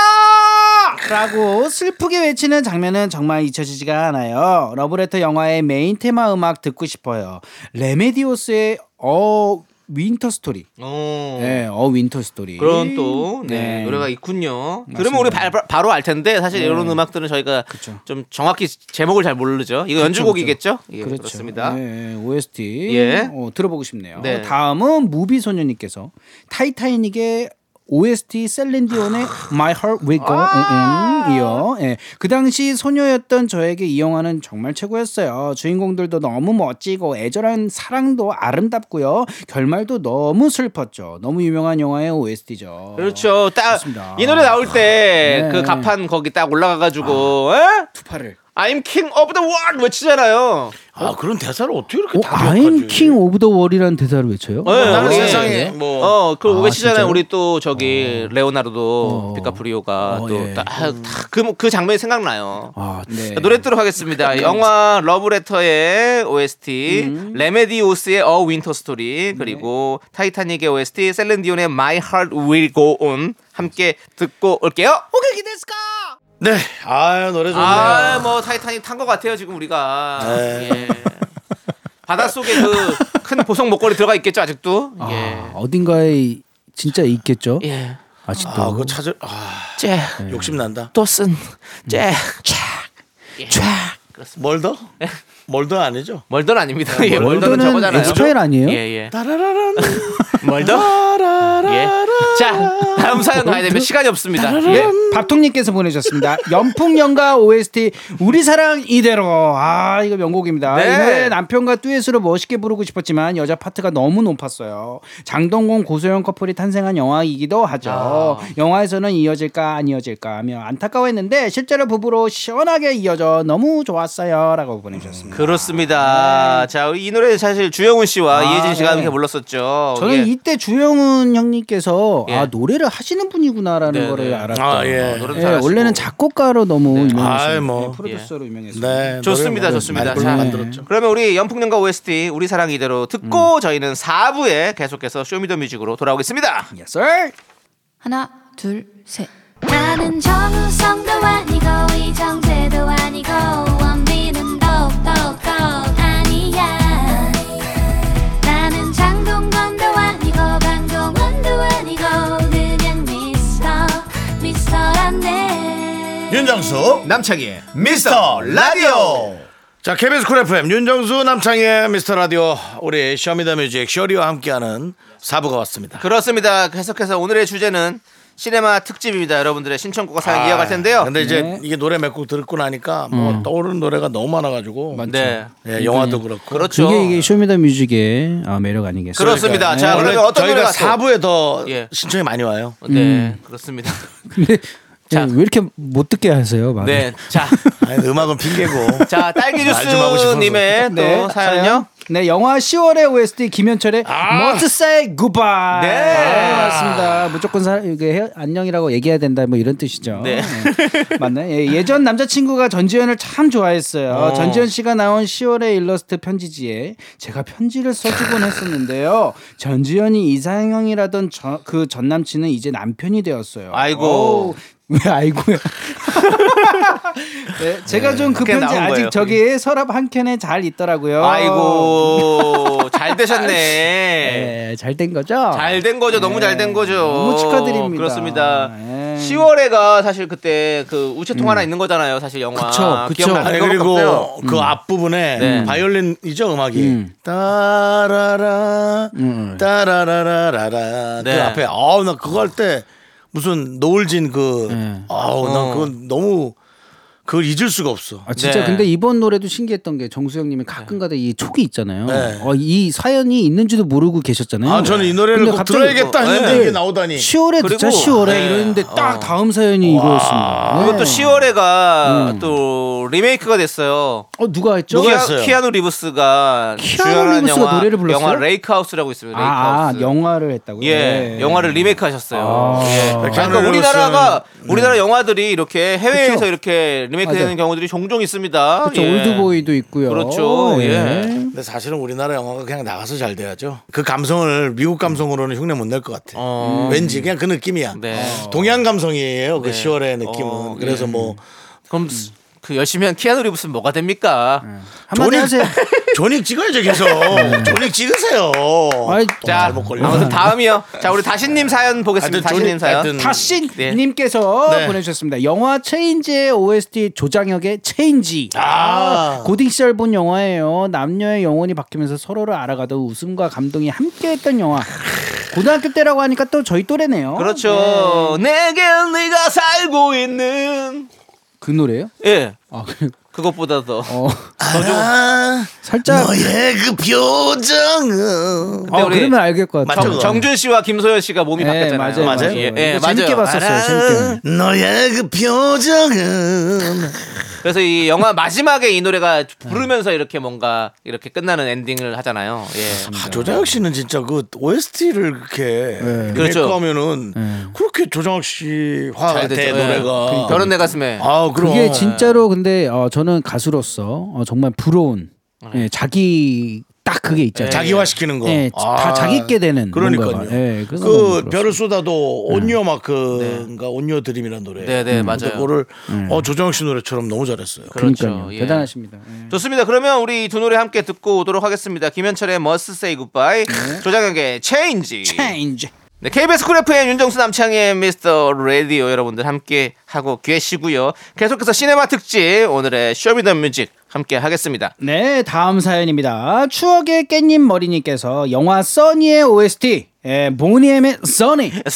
S4: 라고 슬프게 외치는 장면은 정말 잊혀지지가 않아요. 러브레터 영화의 메인 테마 음악 듣고 싶어요. 레메디오스의 어 윈터 스토리.
S2: 어.
S4: 네, 어 윈터 스토리.
S2: 그런 또 네,
S4: 네.
S2: 노래가 있군요. 그러면 우리 바, 로알 텐데 사실 이런 음악들은 저희가 좀 정확히 제목을 잘 모르죠. 이거 연주곡이겠죠? 예,
S4: 그렇죠.
S2: 그렇습니다
S4: 네, OST
S2: 예.
S4: 어, 들어보고 싶네요.
S2: 네.
S4: 다음은 무비 소녀님께서 타이타닉의 OST 셀린디온의 My Heart Will Go
S2: 아.
S4: On 이요. 예. 그 당시 소녀였던 저에게 이 영화는 정말 최고였어요. 주인공들도 너무 멋지고 애절한 사랑도 아름답고요. 결말도 너무 슬펐죠. 너무 유명한 영화의 OST죠.
S2: 그렇죠. 딱
S4: 좋습니다.
S2: 이 노래 나올 때 그
S4: 네. 아.
S2: 가판 거기 딱 올라가가지고 에?
S4: 투파를.
S2: I'm King of the World 외치잖아요.
S1: 아 그런 대사를 어떻게 이렇게
S4: 어,
S1: 다
S4: I'm
S1: 기억하지?
S4: King of the World이라는 대사를 외쳐요? 어,
S2: 예,
S1: 나는
S2: 우리-
S1: 세상에 뭐
S2: 어, 그걸
S4: 아,
S2: 외치잖아요.
S4: 진짜요?
S2: 우리 또 저기 레오나르도
S4: 어.
S2: 피카프리오가
S4: 어,
S2: 또
S4: 예.
S2: 딱 그 그 장면이 생각나요.
S4: 아, 음. 네.
S2: 자, 노래 듣도록 하겠습니다. 영화 러브레터의 OST,
S4: 음.
S2: 레메디오스의 어 윈터
S4: 네.
S2: 스토리, 그리고 타이타닉의 OST, 셀렌디온의 My Heart Will Go On 함께 듣고 올게요.
S1: 네. 아 노래 좋네요.
S2: 아, 뭐 타이타닉 탄 것 같아요 지금 우리가.
S4: 네.
S2: 예. 바닷속에 그 큰 보석 목걸이 들어가 있겠죠 아직도.
S4: 아,
S2: 예.
S4: 어딘가에 진짜 있겠죠?
S2: 예.
S4: 아직도.
S1: 아 그거 찾을 아
S2: 쨔,
S1: 욕심 난다.
S2: 또쓴, 쨔, 쫙, 쫙.
S1: 뭘 더?
S2: 네.
S1: 뭘 더 아니죠?
S2: 멀던 아닙니다. 예, 멀던은
S4: 월드는
S2: 저거잖아요.
S4: 엑스파일 아니에요?
S2: 예, 예.
S1: 따라라란.
S2: 뭘 더? 예. 자, 다음 사연 가야 되면 시간이 없습니다. 예.
S4: 예. 밥통님께서 보내주셨습니다. 연풍연가 OST 우리 사랑 이대로 아 이거 명곡입니다.
S2: 네.
S4: 이 노래 남편과 듀엣으로 멋있게 부르고 싶었지만 여자 파트가 너무 높았어요. 장동건 고소영 커플이 탄생한 영화이기도 하죠.
S2: 아.
S4: 영화에서는 이어질까 안 이어질까 하며 안타까워했는데 실제로 부부로 시원하게 이어져 너무 좋았어요라고
S2: 음.
S4: 보내주셨습니다.
S2: 그렇습니다. 자, 우리 이 노래 사실 주영훈 씨와
S4: 아,
S2: 이혜진 씨가
S4: 네.
S2: 함께 불렀었죠.
S4: 저는
S2: 예.
S4: 이때 주영은 형님께서
S2: 예.
S4: 아 노래를 하시는 분이구나라는
S2: 네,
S4: 거를
S2: 네.
S4: 알았죠.
S1: 아 예.
S2: 노래도
S4: 예,
S2: 잘하시고. 네,
S4: 원래는 작곡가로 너무 유명하신
S1: 아이, 뭐.
S4: 예, 프로듀서로 유명했어요.
S1: 네.
S2: 좋습니다,
S1: 노래
S2: 좋습니다.
S1: 많이
S2: 자,
S1: 만들었죠.
S2: 그러면 우리 연풍연가 OST 우리 사랑 이대로 듣고 저희는 4부에 계속해서 쇼미더뮤직으로 돌아오겠습니다.
S4: Yes, sir.
S3: 하나, 둘, 셋. 나는 정우성도 아니고 이정재도 아니고 원빈은 더욱더 아니야 나는 장동건도 아니고 방종원도 아니고 그냥 미스터 미스터란데
S5: 윤정수
S2: 남창희의
S5: 미스터 라디오
S1: 자, KBS 쿨 FM 윤정수 남창의 미스터 라디오 우리 쇼미더뮤직 쇼리와 함께하는 사부가 왔습니다.
S2: 그렇습니다. 계속해서 오늘의 주제는 시네마 특집입니다. 여러분들의 신청곡과 사연
S1: 아.
S2: 이어갈 텐데요. 음.
S1: 근데 이제
S4: 네.
S1: 이게 노래 몇 곡 듣고 나니까 뭐 떠오르는 노래가 너무 많아가지고
S2: 네.
S1: 예, 영화도 그렇고
S2: 그렇죠.
S4: 그게 이게 쇼미더뮤직의 아, 매력 아니겠어요?
S2: 그렇습니다. 자,
S1: 네. 원래
S2: 그러면 어떤
S1: 저희가
S2: 노래가 또-
S1: 사부에 더
S2: 예.
S1: 신청이 많이 와요.
S2: 네, 그렇습니다.
S4: 근데
S2: 자.
S4: 예, 왜 이렇게 못 듣게 하세요? 말을?
S2: 네. 자,
S1: 아니, 음악은 핑계고
S2: 자, 딸기
S1: 말좀 하고 싶어서.
S2: 주스님의 또
S4: 네,
S2: 사연요. 아.
S4: 네, 영화 10월의 OST 김현철의 Must Say Goodbye.
S2: 네.
S4: 아, 맞습니다. 무조건 사, 이게 헤- 안녕이라고 얘기해야 된다, 뭐 이런 뜻이죠.
S2: 네.
S4: 네. 맞나요? 예, 예전 남자친구가 전지현을 참 좋아했어요.
S2: 어.
S4: 전지현 씨가 나온 10월의 일러스트 편지지에 제가 편지를 써주곤 했었는데요. 전지현이 이상형이라던 저- 그 전남친은 이제 남편이 되었어요.
S2: 아이고.
S4: 어우, 왜 아이고요? 네, 제가 좀 그
S2: 그게
S4: 편지
S2: 나온
S4: 아직
S2: 거예요.
S4: 저기 서랍 한 켠에 잘 있더라고요.
S2: 아이고, 잘 되셨네.
S4: 음. 네, 잘된 거죠?
S2: 잘 된 거죠. 너무 잘 된 거죠.
S4: 너무 축하드립니다.
S2: 그렇습니다.
S4: 네. 음.
S2: 10월에가 사실 그때 그 우체통 하나 있는 거잖아요. 사실 영화.
S4: 그쵸, 네, 그쵸.
S1: 아니,
S2: 기억나는 거 없어요. 음.
S1: 그리고 그 앞부분에
S2: 네.
S1: 바이올린이죠 음악이
S4: 음.
S1: 따라라 따라라라라라
S2: 음. 네.
S1: 그 앞에 아우 나 그거 할 때 무슨 노을진 그
S4: 네.
S1: 아우
S2: 어.
S1: 난 그건 너무 그걸 잊을 수가 없어
S4: 아, 진짜
S2: 네.
S4: 근데 이번 노래도 신기했던 게 정수영님이 가끔가다 이 촉이 있잖아요.
S1: 네.
S4: 어, 이 사연이 있는지도 모르고 계셨잖아요.
S1: 아 저는 이 노래를
S4: 근데
S1: 꼭
S4: 갑자기
S1: 들어야겠다 했는데
S4: 네.
S1: 이게 나오다니
S4: 10월에 듣자
S2: 그리고-
S4: 10월에
S2: 네.
S4: 이러는데 딱 다음 사연이 이거였습니다.
S2: 그리고
S4: 네.
S2: 또 10월에가 또 리메이크가 됐어요.
S4: 어 누가 했죠?
S1: 누가
S2: 키아-
S1: 했어요?
S2: 키아누 리브스가
S4: 키아누
S2: 주연한
S4: 리브스가
S2: 영화,
S4: 노래를 불렀어요?
S2: 영화 레이크하우스라고 있습니다.
S4: 아,
S2: 레이크하우스.
S4: 영화를 했다고요.
S2: 예,
S4: 네.
S2: 영화를 리메이크하셨어요.
S4: 아.
S2: 예. 그러니까
S1: 캐롤로스는- 음.
S2: 우리나라가 우리나라 영화들이 이렇게 해외에서
S4: 그쵸.
S2: 이렇게 리메이크되는
S4: 맞아요.
S2: 경우들이 종종 있습니다.
S4: 그렇죠.
S2: 예.
S4: 올드보이도 있고요.
S2: 그렇죠. 예.
S1: 근데 사실은 우리나라 영화가 그냥 나가서 잘 돼야죠 그 감성을 미국 감성으로는 흉내 못 낼 것 같아
S2: 어.
S1: 왠지 그냥 그 느낌이야
S2: 네.
S1: 동양 감성이에요 그 10월의 느낌은
S2: 어,
S1: 그래서
S2: 예.
S1: 뭐
S2: 그럼 스- 그 열심히 한 키아누 리브스는 뭐가 됩니까?
S1: 음.
S4: 한마디 하세요. 네.
S1: 존익 찍어야죠 계속 존익 찍으세요
S4: 아이,
S1: 자 잘못 걸려
S2: 아무튼 다음이요. 자, 우리 다신님 사연 보겠습니다.
S1: 하여튼
S2: 다신님
S1: 존-
S2: 사연.
S1: 하여튼
S2: 네.
S4: 다신님께서
S1: 네.
S4: 보내주셨습니다. 영화 체인지의 OST 조장혁의 체인지.
S1: 아.
S4: 고딩 시절 본 영화예요. 남녀의 영혼이 바뀌면서 서로를 알아가던 웃음과 감동이 함께했던 영화. 고등학교 때라고 하니까 또 저희 또래네요.
S2: 그렇죠. 내겐 네가 살고 있는
S4: 그 노래요?
S2: 예
S4: 아, 그,
S2: 그것보다 더
S4: 어,
S1: 아,
S4: 살짝.
S1: 너의 그 표정은.
S4: 아,
S2: 뭐, 우리-
S4: 그러면 알겠 것 같아요.
S1: 맞죠, 그거?
S2: 정준 씨와 김소연 씨가 몸이
S4: 예,
S2: 바뀌었잖아요.
S4: 맞아요,
S1: 맞아요?
S2: 예, 예,
S4: 이거
S2: 맞아요.
S4: 재밌게 봤었어요, 재밌게.
S1: 너의 그 표정은.
S2: 그래서 이 영화 마지막에 이 노래가
S4: 네.
S2: 부르면서 이렇게 뭔가 이렇게 끝나는 엔딩을 하잖아요. 예.
S1: 아, 조장혁 씨는 진짜 그 OST를
S4: 네.
S1: 그렇게
S2: 그렇죠.
S1: 그렇죠. 하면은 그렇게 조장혁 씨화
S4: 아,
S2: 잘 됐죠.
S1: 대
S2: 예.
S1: 노래가.
S2: 결혼 내 가슴에.
S1: 아, 그럼.
S4: 그게 진짜로 근데 어, 저는 가수로서 어, 정말 부러운
S2: 네.
S4: 예, 자기 딱 그게 있잖아요.
S1: 자기화 시키는 거. 아,
S4: 예, 다 자기 있게 되는
S1: 그러니까요.
S4: 뭔가가. 예, 그래서 너무
S1: 그
S4: 부러웠어요. 네.
S1: 별을 쏟아도 온요 마크인가 그러니까 온요 드림이라는 노래.
S2: 네,
S1: 근데
S2: 네, 맞아요.
S1: 그거를
S4: 음.
S1: 어 조정혁 씨 노래처럼 너무 잘했어요.
S2: 그렇죠.
S4: 그러니까요.
S2: 예.
S4: 대단하십니다. 예.
S2: 좋습니다. 그러면 우리 이 두 노래 함께 듣고 오도록 하겠습니다. 김현철의 Must Say Goodbye, 조장혁의
S4: 네.
S2: Change.
S4: Change.
S2: 네, KBS 쿨 FM 윤정수 남창의 미스터 라디오 여러분들 함께 하고 계시고요. 계속해서 시네마 특집 오늘의 쇼미더뮤직 함께 하겠습니다.
S4: 네, 다음 사연입니다. 추억의 깻잎 머리님께서 영화 써니의 OST, 예, 보니엠의 써니. 아,
S2: 아,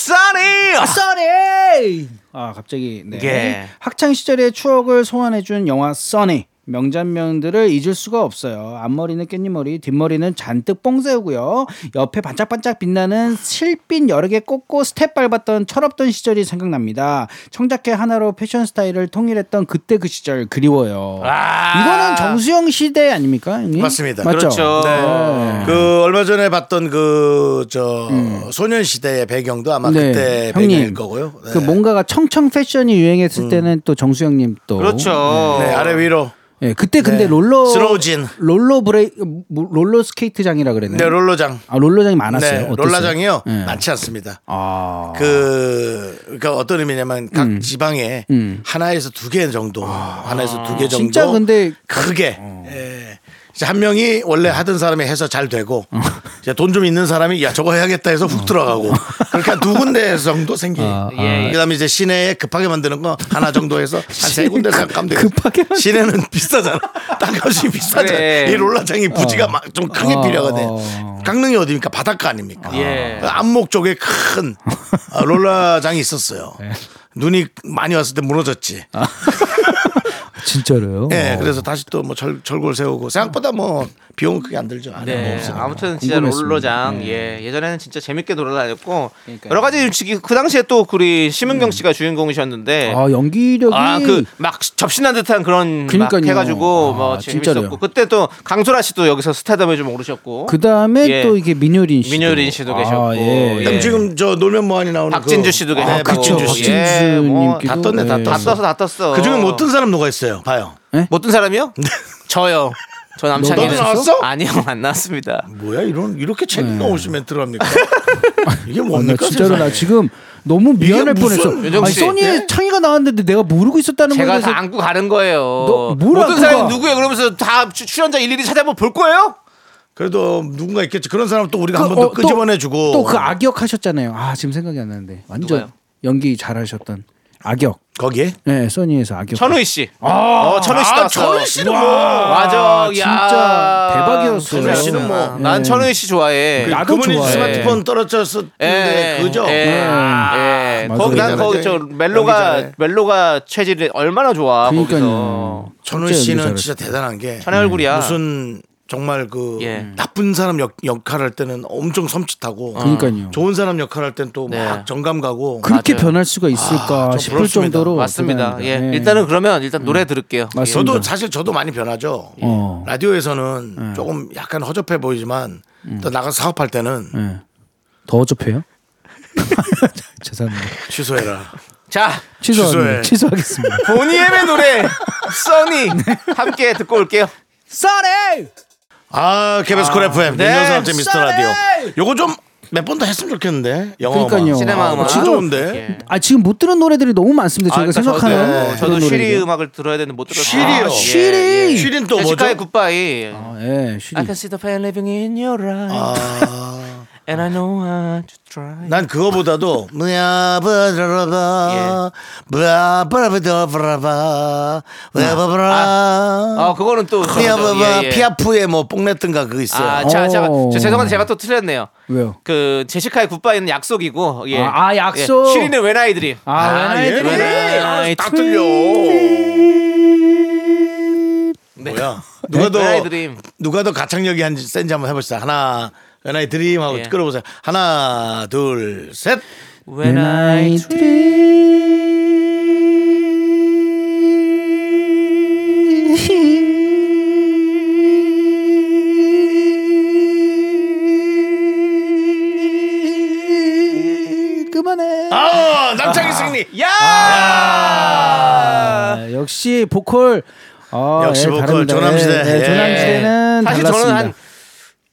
S2: 써니!
S4: 써니! 아, 갑자기 네.
S2: 예.
S4: 학창 시절의 추억을 소환해 준 영화 써니. 명장면들을 잊을 수가 없어요. 앞머리는 깻잎머리, 뒷머리는 잔뜩 뽕 세우고요. 옆에 반짝반짝 빛나는 실핀 여러 개 꽂고 스텝 밟았던 철없던 시절이 생각납니다. 청자켓 하나로 패션 스타일을 통일했던 그때 그 시절 그리워요.
S2: 아.
S4: 이거는 정수영 시대 아닙니까? 형님?
S1: 맞습니다.
S4: 맞죠?
S2: 그렇죠.
S4: 네.
S1: 그 얼마 전에 봤던 그 저
S4: 음.
S1: 소년시대의 배경도 아마 그때 배경일 거고요.
S4: 네.
S1: 네. 음.
S4: 그 뭔가가 청청 패션이 유행했을 때는 또 정수영님 또
S2: 그렇죠.
S1: 네, 아래 위로.
S4: 예, 그때 근데
S1: 네.
S4: 롤러
S1: 스로우진.
S4: 롤러 브레이 뭐, 롤러 스케이트장이라 그랬나요?
S1: 네, 롤러장.
S4: 아 롤러장이 많았어요.
S1: 네,
S4: 어땠어요?
S1: 롤러장이요.
S4: 예.
S1: 많지 않습니다.
S4: 아,
S1: 그 그러니까 어떤 의미냐면 각 지방에
S4: 음. 아.
S1: 하나에서 두 개 정도, 하나에서 두 개 정도.
S4: 진짜 근데
S1: 크게.
S4: 어.
S1: 예. 이제 한 명이 원래 하던 사람이 해서 잘 되고
S4: 어.
S1: 이제 돈 좀 있는 사람이 야 저거 해야겠다 해서 훅 들어가고 그러니까 두 군데 정도 생기고
S4: 아,
S2: 예, 예.
S1: 그다음에 이제 시내에 급하게 만드는 거 하나 정도 해서 한 세 군데 잠깐 되고
S4: 급하게 만드는
S1: 시내는 비싸잖아 땅값이 비싸잖아
S2: 그래.
S1: 이 롤라장이 부지가 막 좀 크게
S4: 어.
S1: 필요하거든 강릉이 어디입니까 바닷가 아닙니까 그
S2: 예.
S1: 안목 쪽에 큰 아, 롤라장이 있었어요
S4: 예.
S1: 눈이 많이 왔을 때 무너졌지
S4: 아. 진짜로요?
S1: 예, 그래서 다시 또 뭐 철골 세우고 생각보다 뭐 비용은 크게 안 들죠. 안에 뭐
S2: 네.
S1: 없으니까.
S2: 아무튼 진짜
S4: 궁금했습니다. 네.
S2: 롤러장 예 예전에는 진짜 재밌게 돌아다녔고 여러 가지 지금 그 당시에 또 우리 심은경 씨가 주인공이셨는데
S4: 네. 아 연기력이
S2: 아 그 막 접신한 듯한 그런
S4: 그러니까요.
S2: 막 해가지고
S4: 아,
S2: 뭐
S4: 진짜로요.
S2: 재밌었고 그때 또 강소라 씨도 여기서 스타덤에 좀 오르셨고
S4: 그 다음에
S2: 예.
S4: 또 이게 민효린 아, 씨
S2: 민효린 씨도 계셨고, 예.
S1: 그다음 지금 저 놀면 뭐하니 나오는
S2: 박진주
S1: 그-
S2: 씨도
S1: 네,
S2: 계셨고
S4: 아, 그쵸,
S1: 박진주 씨.
S4: 박진주
S2: 예, 뭐
S4: 님께도,
S1: 다 떴네, 다
S4: 예.
S2: 다
S1: 떴어.
S2: 떴어 다 떴어
S1: 그 중에 못 네. 든 사람 누가 있어요? 봐요.
S2: 못든 사람이요? 저요 저 남창이
S1: 너도 나왔어?
S2: 아니요 안 나왔습니다
S1: 뭐야 이런 이렇게 책임 넘으신 멘트를 합니까?
S4: 네.
S1: 이게
S4: 아, 나
S1: 뭡니까?
S4: 진짜로 나
S1: 세상에.
S4: 지금 너무 미안할
S1: 무슨- 네?
S4: 뻔했어.
S2: 윤정
S4: 아니
S2: 씨.
S4: 소니의 창의가 나왔는데 내가 모르고 있었다는 거에
S2: 제가
S4: 대해서
S2: 다 안고 가는 거예요
S4: 너 뭐라
S2: 못든
S4: 그거?
S2: 사람이 누구예요 그러면서 다 추- 출연자 일일이 찾아보 볼 거예요?
S1: 그래도 누군가 있겠죠. 그런 사람 또 우리가
S4: 그,
S1: 한 번 더
S4: 어, 또-
S1: 끄집어내주고.
S4: 또 그 악역 하셨잖아요. 아 지금 생각이 안 나는데 완전
S2: 누가요?
S4: 연기 잘하셨던 악역.
S1: 거기에
S4: 네 소니에서 악역.
S2: 천우희 씨. 어, 천우희 씨
S1: 아,
S2: 나왔어.
S1: 천우희 씨는 뭐.
S2: 맞아.
S4: 진짜 대박이었어요. 네.
S1: 천우희 씨는 뭐.
S2: 난 천우희 씨 좋아해.
S4: 아, 나도
S1: 그분이
S4: 좋아해.
S1: 스마트폰 떨어졌을 때 그죠?
S2: 예. 예.
S4: 네. 맞아요.
S2: 거기 난 거기 저
S1: 연기자네.
S2: 멜로가
S1: 연기자네.
S2: 멜로가 체질이 얼마나 좋아. 거기서.
S4: 그러니까요.
S1: 천우 씨는
S4: 연기
S1: 진짜 대단한 게 음.
S2: 천의 얼굴이야.
S1: 무슨 정말 그
S2: 예.
S1: 나쁜 사람 역, 역할할 때는 엄청 섬찟하고
S4: 아. 그러니까요.
S1: 좋은 사람 역할할 때는 또 막
S2: 네. 정감
S1: 가고
S4: 그렇게
S2: 맞아요.
S4: 변할 수가 있을까
S1: 저
S4: 싶을
S1: 부럽습니다.
S4: 정도로
S2: 맞습니다. 예.
S4: 대단합니다. 예.
S2: 일단은 그러면 일단 노래 들을게요.
S4: 음. 맞습니다.
S2: 예.
S1: 저도 사실 저도 많이 변하죠.
S4: 어. 예.
S1: 라디오에서는 조금 약간 허접해 보이지만 또 나가서 사업할 때는
S4: 음. 예. 더 어접해요? 죄송합니다.
S1: 취소해라.
S2: 자,
S4: 취소합니다.
S1: 취소해.
S4: 취소하겠습니다.
S2: 보니엠의 노래 써니 함께 듣고 올게요.
S4: 쏘리!
S1: 아, KBS 쿨 FM
S2: 네.
S1: 윤정수 남자 미스터
S4: 쏘리!
S1: 라디오. 요거 좀 몇 번 더 했으면 좋겠는데. 영화
S4: 그러니까요.
S1: 음악.
S2: 시네마
S4: 어,
S2: 음악.
S1: 아, 진짜 좋은데.
S2: 예.
S4: 아 지금 못 들은 노래들이 너무 많습니다. 저희가
S2: 아, 그러니까
S4: 생각하는
S2: 저도,
S4: 그런
S2: 저도 쉬리
S4: 노래들.
S2: 음악을 들어야 되는데 못 들었어요.
S1: 쉬리요?
S2: 예,
S4: 쉬리.
S2: 예.
S1: 쉬리는 또
S2: 제시카의
S1: 뭐죠?
S2: 굿바이.
S4: 아, 예, 쉬리.
S2: I can see the pain living in your eyes.
S1: 아,
S2: And I know how to try.
S1: 난 그거보다도 무야바라바 아, 브라바라바더브라바
S2: 아,
S1: 왜바브라
S2: 그거는 또.
S1: 아, 피아바바
S2: 예, 예.
S1: 피아프의 뭐 뽕냈던가 그거 있어요.
S2: 아, 자, 자,
S4: 오.
S2: 저 죄송한데 제가 또 틀렸네요.
S4: 왜요?
S2: 그 제시카의 굿바이는 약속이고, 예.
S4: 아, 아, 약속.
S2: 예. 쉬리는 웬아이들이. 예.
S4: 아, 웬아이들이. 그
S2: 웬아이들이.
S5: 딱 들려.
S2: 네.
S1: 뭐야? 누가 더
S2: 웬아이들이.
S1: 누가 더 가창력이 한 센지 한번 해봅시다. 하나 연아이 드림 하고
S2: 예.
S1: 끌어보세요. 하나 둘 셋. 네.
S2: When I dream.
S4: 그만해.
S1: 아 남창희 승리.
S2: 야!
S4: 아, 역시 보컬. 아,
S1: 역시
S4: 예,
S1: 보컬,
S4: 다릅니다.
S1: 조남지대.
S4: 예, 네,
S1: 예.
S4: 조남지대는
S2: 사실
S4: 달랐습니다.
S2: 저는 한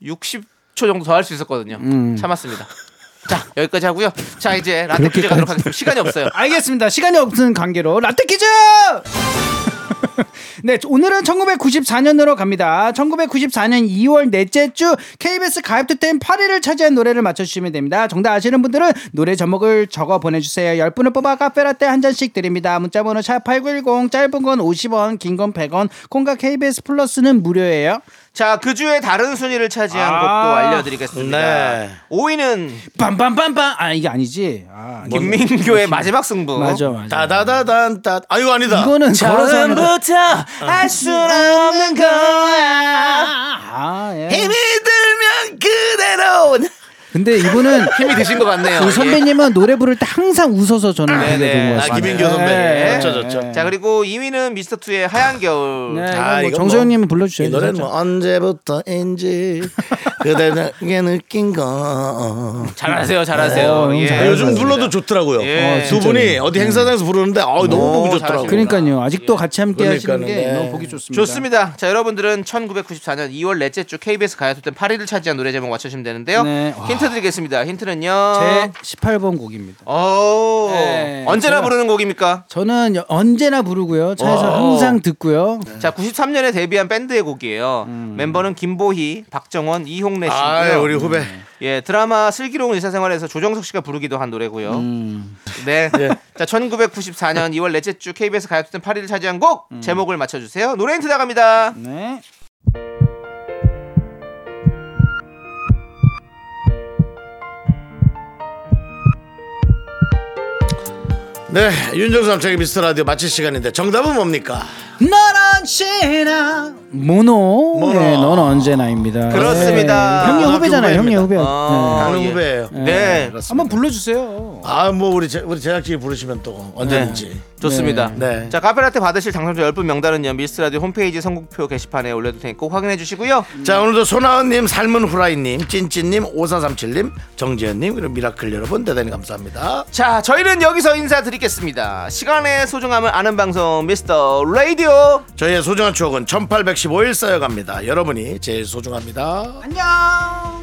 S2: 60초 정도 더 할 수 있었거든요.
S4: 음.
S2: 참았습니다. 자, 여기까지 하고요. 자, 이제 라떼 퀴즈 가도록 하겠습니다. 시간이 없어요.
S4: 알겠습니다. 시간이 없는 관계로 라떼 퀴즈! 네, 오늘은 1994년으로 갑니다. 1994년 2월 넷째 주 KBS 가입투 템 8위를 차지한 노래를 맞춰주시면 됩니다. 정답 아시는 분들은 노래 제목을 적어 보내주세요. 10분을 뽑아 카페라떼 한 잔씩 드립니다. 문자번호 샵8910 짧은 건 50원, 긴 건 100원, 콩과 KBS 플러스는 무료예요.
S2: 자, 그 주에 다른 순위를 차지한
S4: 아.
S2: 곡도 알려드리겠습니다.
S1: 네.
S2: 5위는
S4: 빰빰빰빰! 아, 이게 아니지. 아, 이게
S2: 김민교의 마지막 승부.
S4: 맞아, 맞아.
S1: 뭐? 다다다단 다. 아유 아니다.
S4: 이거는 걸어서 하는 거.
S2: 할수 없는 거야.
S4: 아, 예.
S1: 힘이 들면 그대로.
S4: 근데 이분은
S2: 힘이 드신 것 같네요.
S4: 그 선배님은 노래 부를 때 항상 웃어서 저는
S2: 네,
S4: 되게
S2: 네.
S4: 좋은 것
S1: 예. 아
S4: 같습니다.
S1: 김민교 선배.
S4: 네.
S1: 좋죠 좋죠.
S2: 예. 자, 그리고 2위는 미스터 투의 하얀 겨울.
S4: 네,
S1: 아,
S4: 이건 뭐
S1: 이건
S4: 정소영님은 네.
S1: 뭐,
S4: 불러주셔야
S1: 이 노래는 뭐 언제부터인지 그대에게 느낀 거.
S2: 잘하세요, 잘하세요.
S4: 어, 너무
S1: 아,
S4: 잘하세요.
S1: 요즘 불러도 좋더라고요.
S2: 네, 예.
S1: 두 분이 어디 행사장에서 부르는데 어, 너무 보기 좋더라고요. 예.
S2: 잘하시네.
S4: 그러니까요. 아직도 같이 함께 하시는 게
S1: 그러니까요. 네.
S4: 너무 보기 좋습니다.
S2: 좋습니다. 자, 여러분들은 1994년 2월 넷째 주 KBS 가요톱 8위를 차지한 노래 제목 맞춰주시면 되는데요.
S4: 네. 와.
S2: 힌트 드리겠습니다. 힌트는요.
S4: 제 18번 곡입니다.
S2: 오,
S4: 네,
S2: 언제나
S4: 제가-
S2: 부르는 곡입니까?
S4: 저는 여- 언제나 부르고요. 차에서 항상 듣고요.
S2: 자, 93년에 데뷔한 밴드의 곡이에요.
S4: 음.
S2: 멤버는 김보희, 박정원, 이홍래
S1: 아,
S2: 씨고요.
S1: 우리 후배.
S2: 예, 드라마 슬기로운 의사생활에서 조정석 씨가 부르기도 한 노래고요.
S4: 음.
S2: 네.
S1: 예.
S2: 자, 1994년 2월 넷째 주 KBS 가요톱 8위를 차지한 곡 제목을 맞춰 주세요. 노래 힌트 나갑니다.
S4: 음. 네.
S1: 네, 윤정수 남창의 미스터 라디오 마칠 시간인데 정답은 뭡니까?
S4: 넌 언제나 모노.
S1: 모노.
S4: 네, 넌 언제나입니다.
S2: 그렇습니다.
S4: 네. 형님
S1: 고등학교
S4: 후배잖아요. 형님 후배.
S1: 후배입니다.
S2: 어,
S1: 강릉
S2: 예.
S1: 후배예요.
S2: 네.
S4: 한번 불러주세요.
S1: 아, 뭐 우리 제, 우리 제작진이 부르시면 또 언제든지.
S2: 좋습니다.
S1: 네. 네.
S2: 자, 카페라떼 받으실 당첨자 10분 명단은요. 미스 라디오 홈페이지 선곡표 게시판에 올려 둘 테니 꼭 확인해 주시고요.
S1: 자, 오늘도 손아은 님, 삶은 후라이 님, 찐찐 님, 5437 님, 정재현 님, 그리고 미라클 여러분 대단히 감사합니다.
S2: 자, 저희는 여기서 인사드리겠습니다. 시간의 소중함을 아는 방송 미스터 라디오.
S1: 저희의 소중한 추억은 1815일 쌓여갑니다. 여러분이 제일 소중합니다.
S4: 안녕.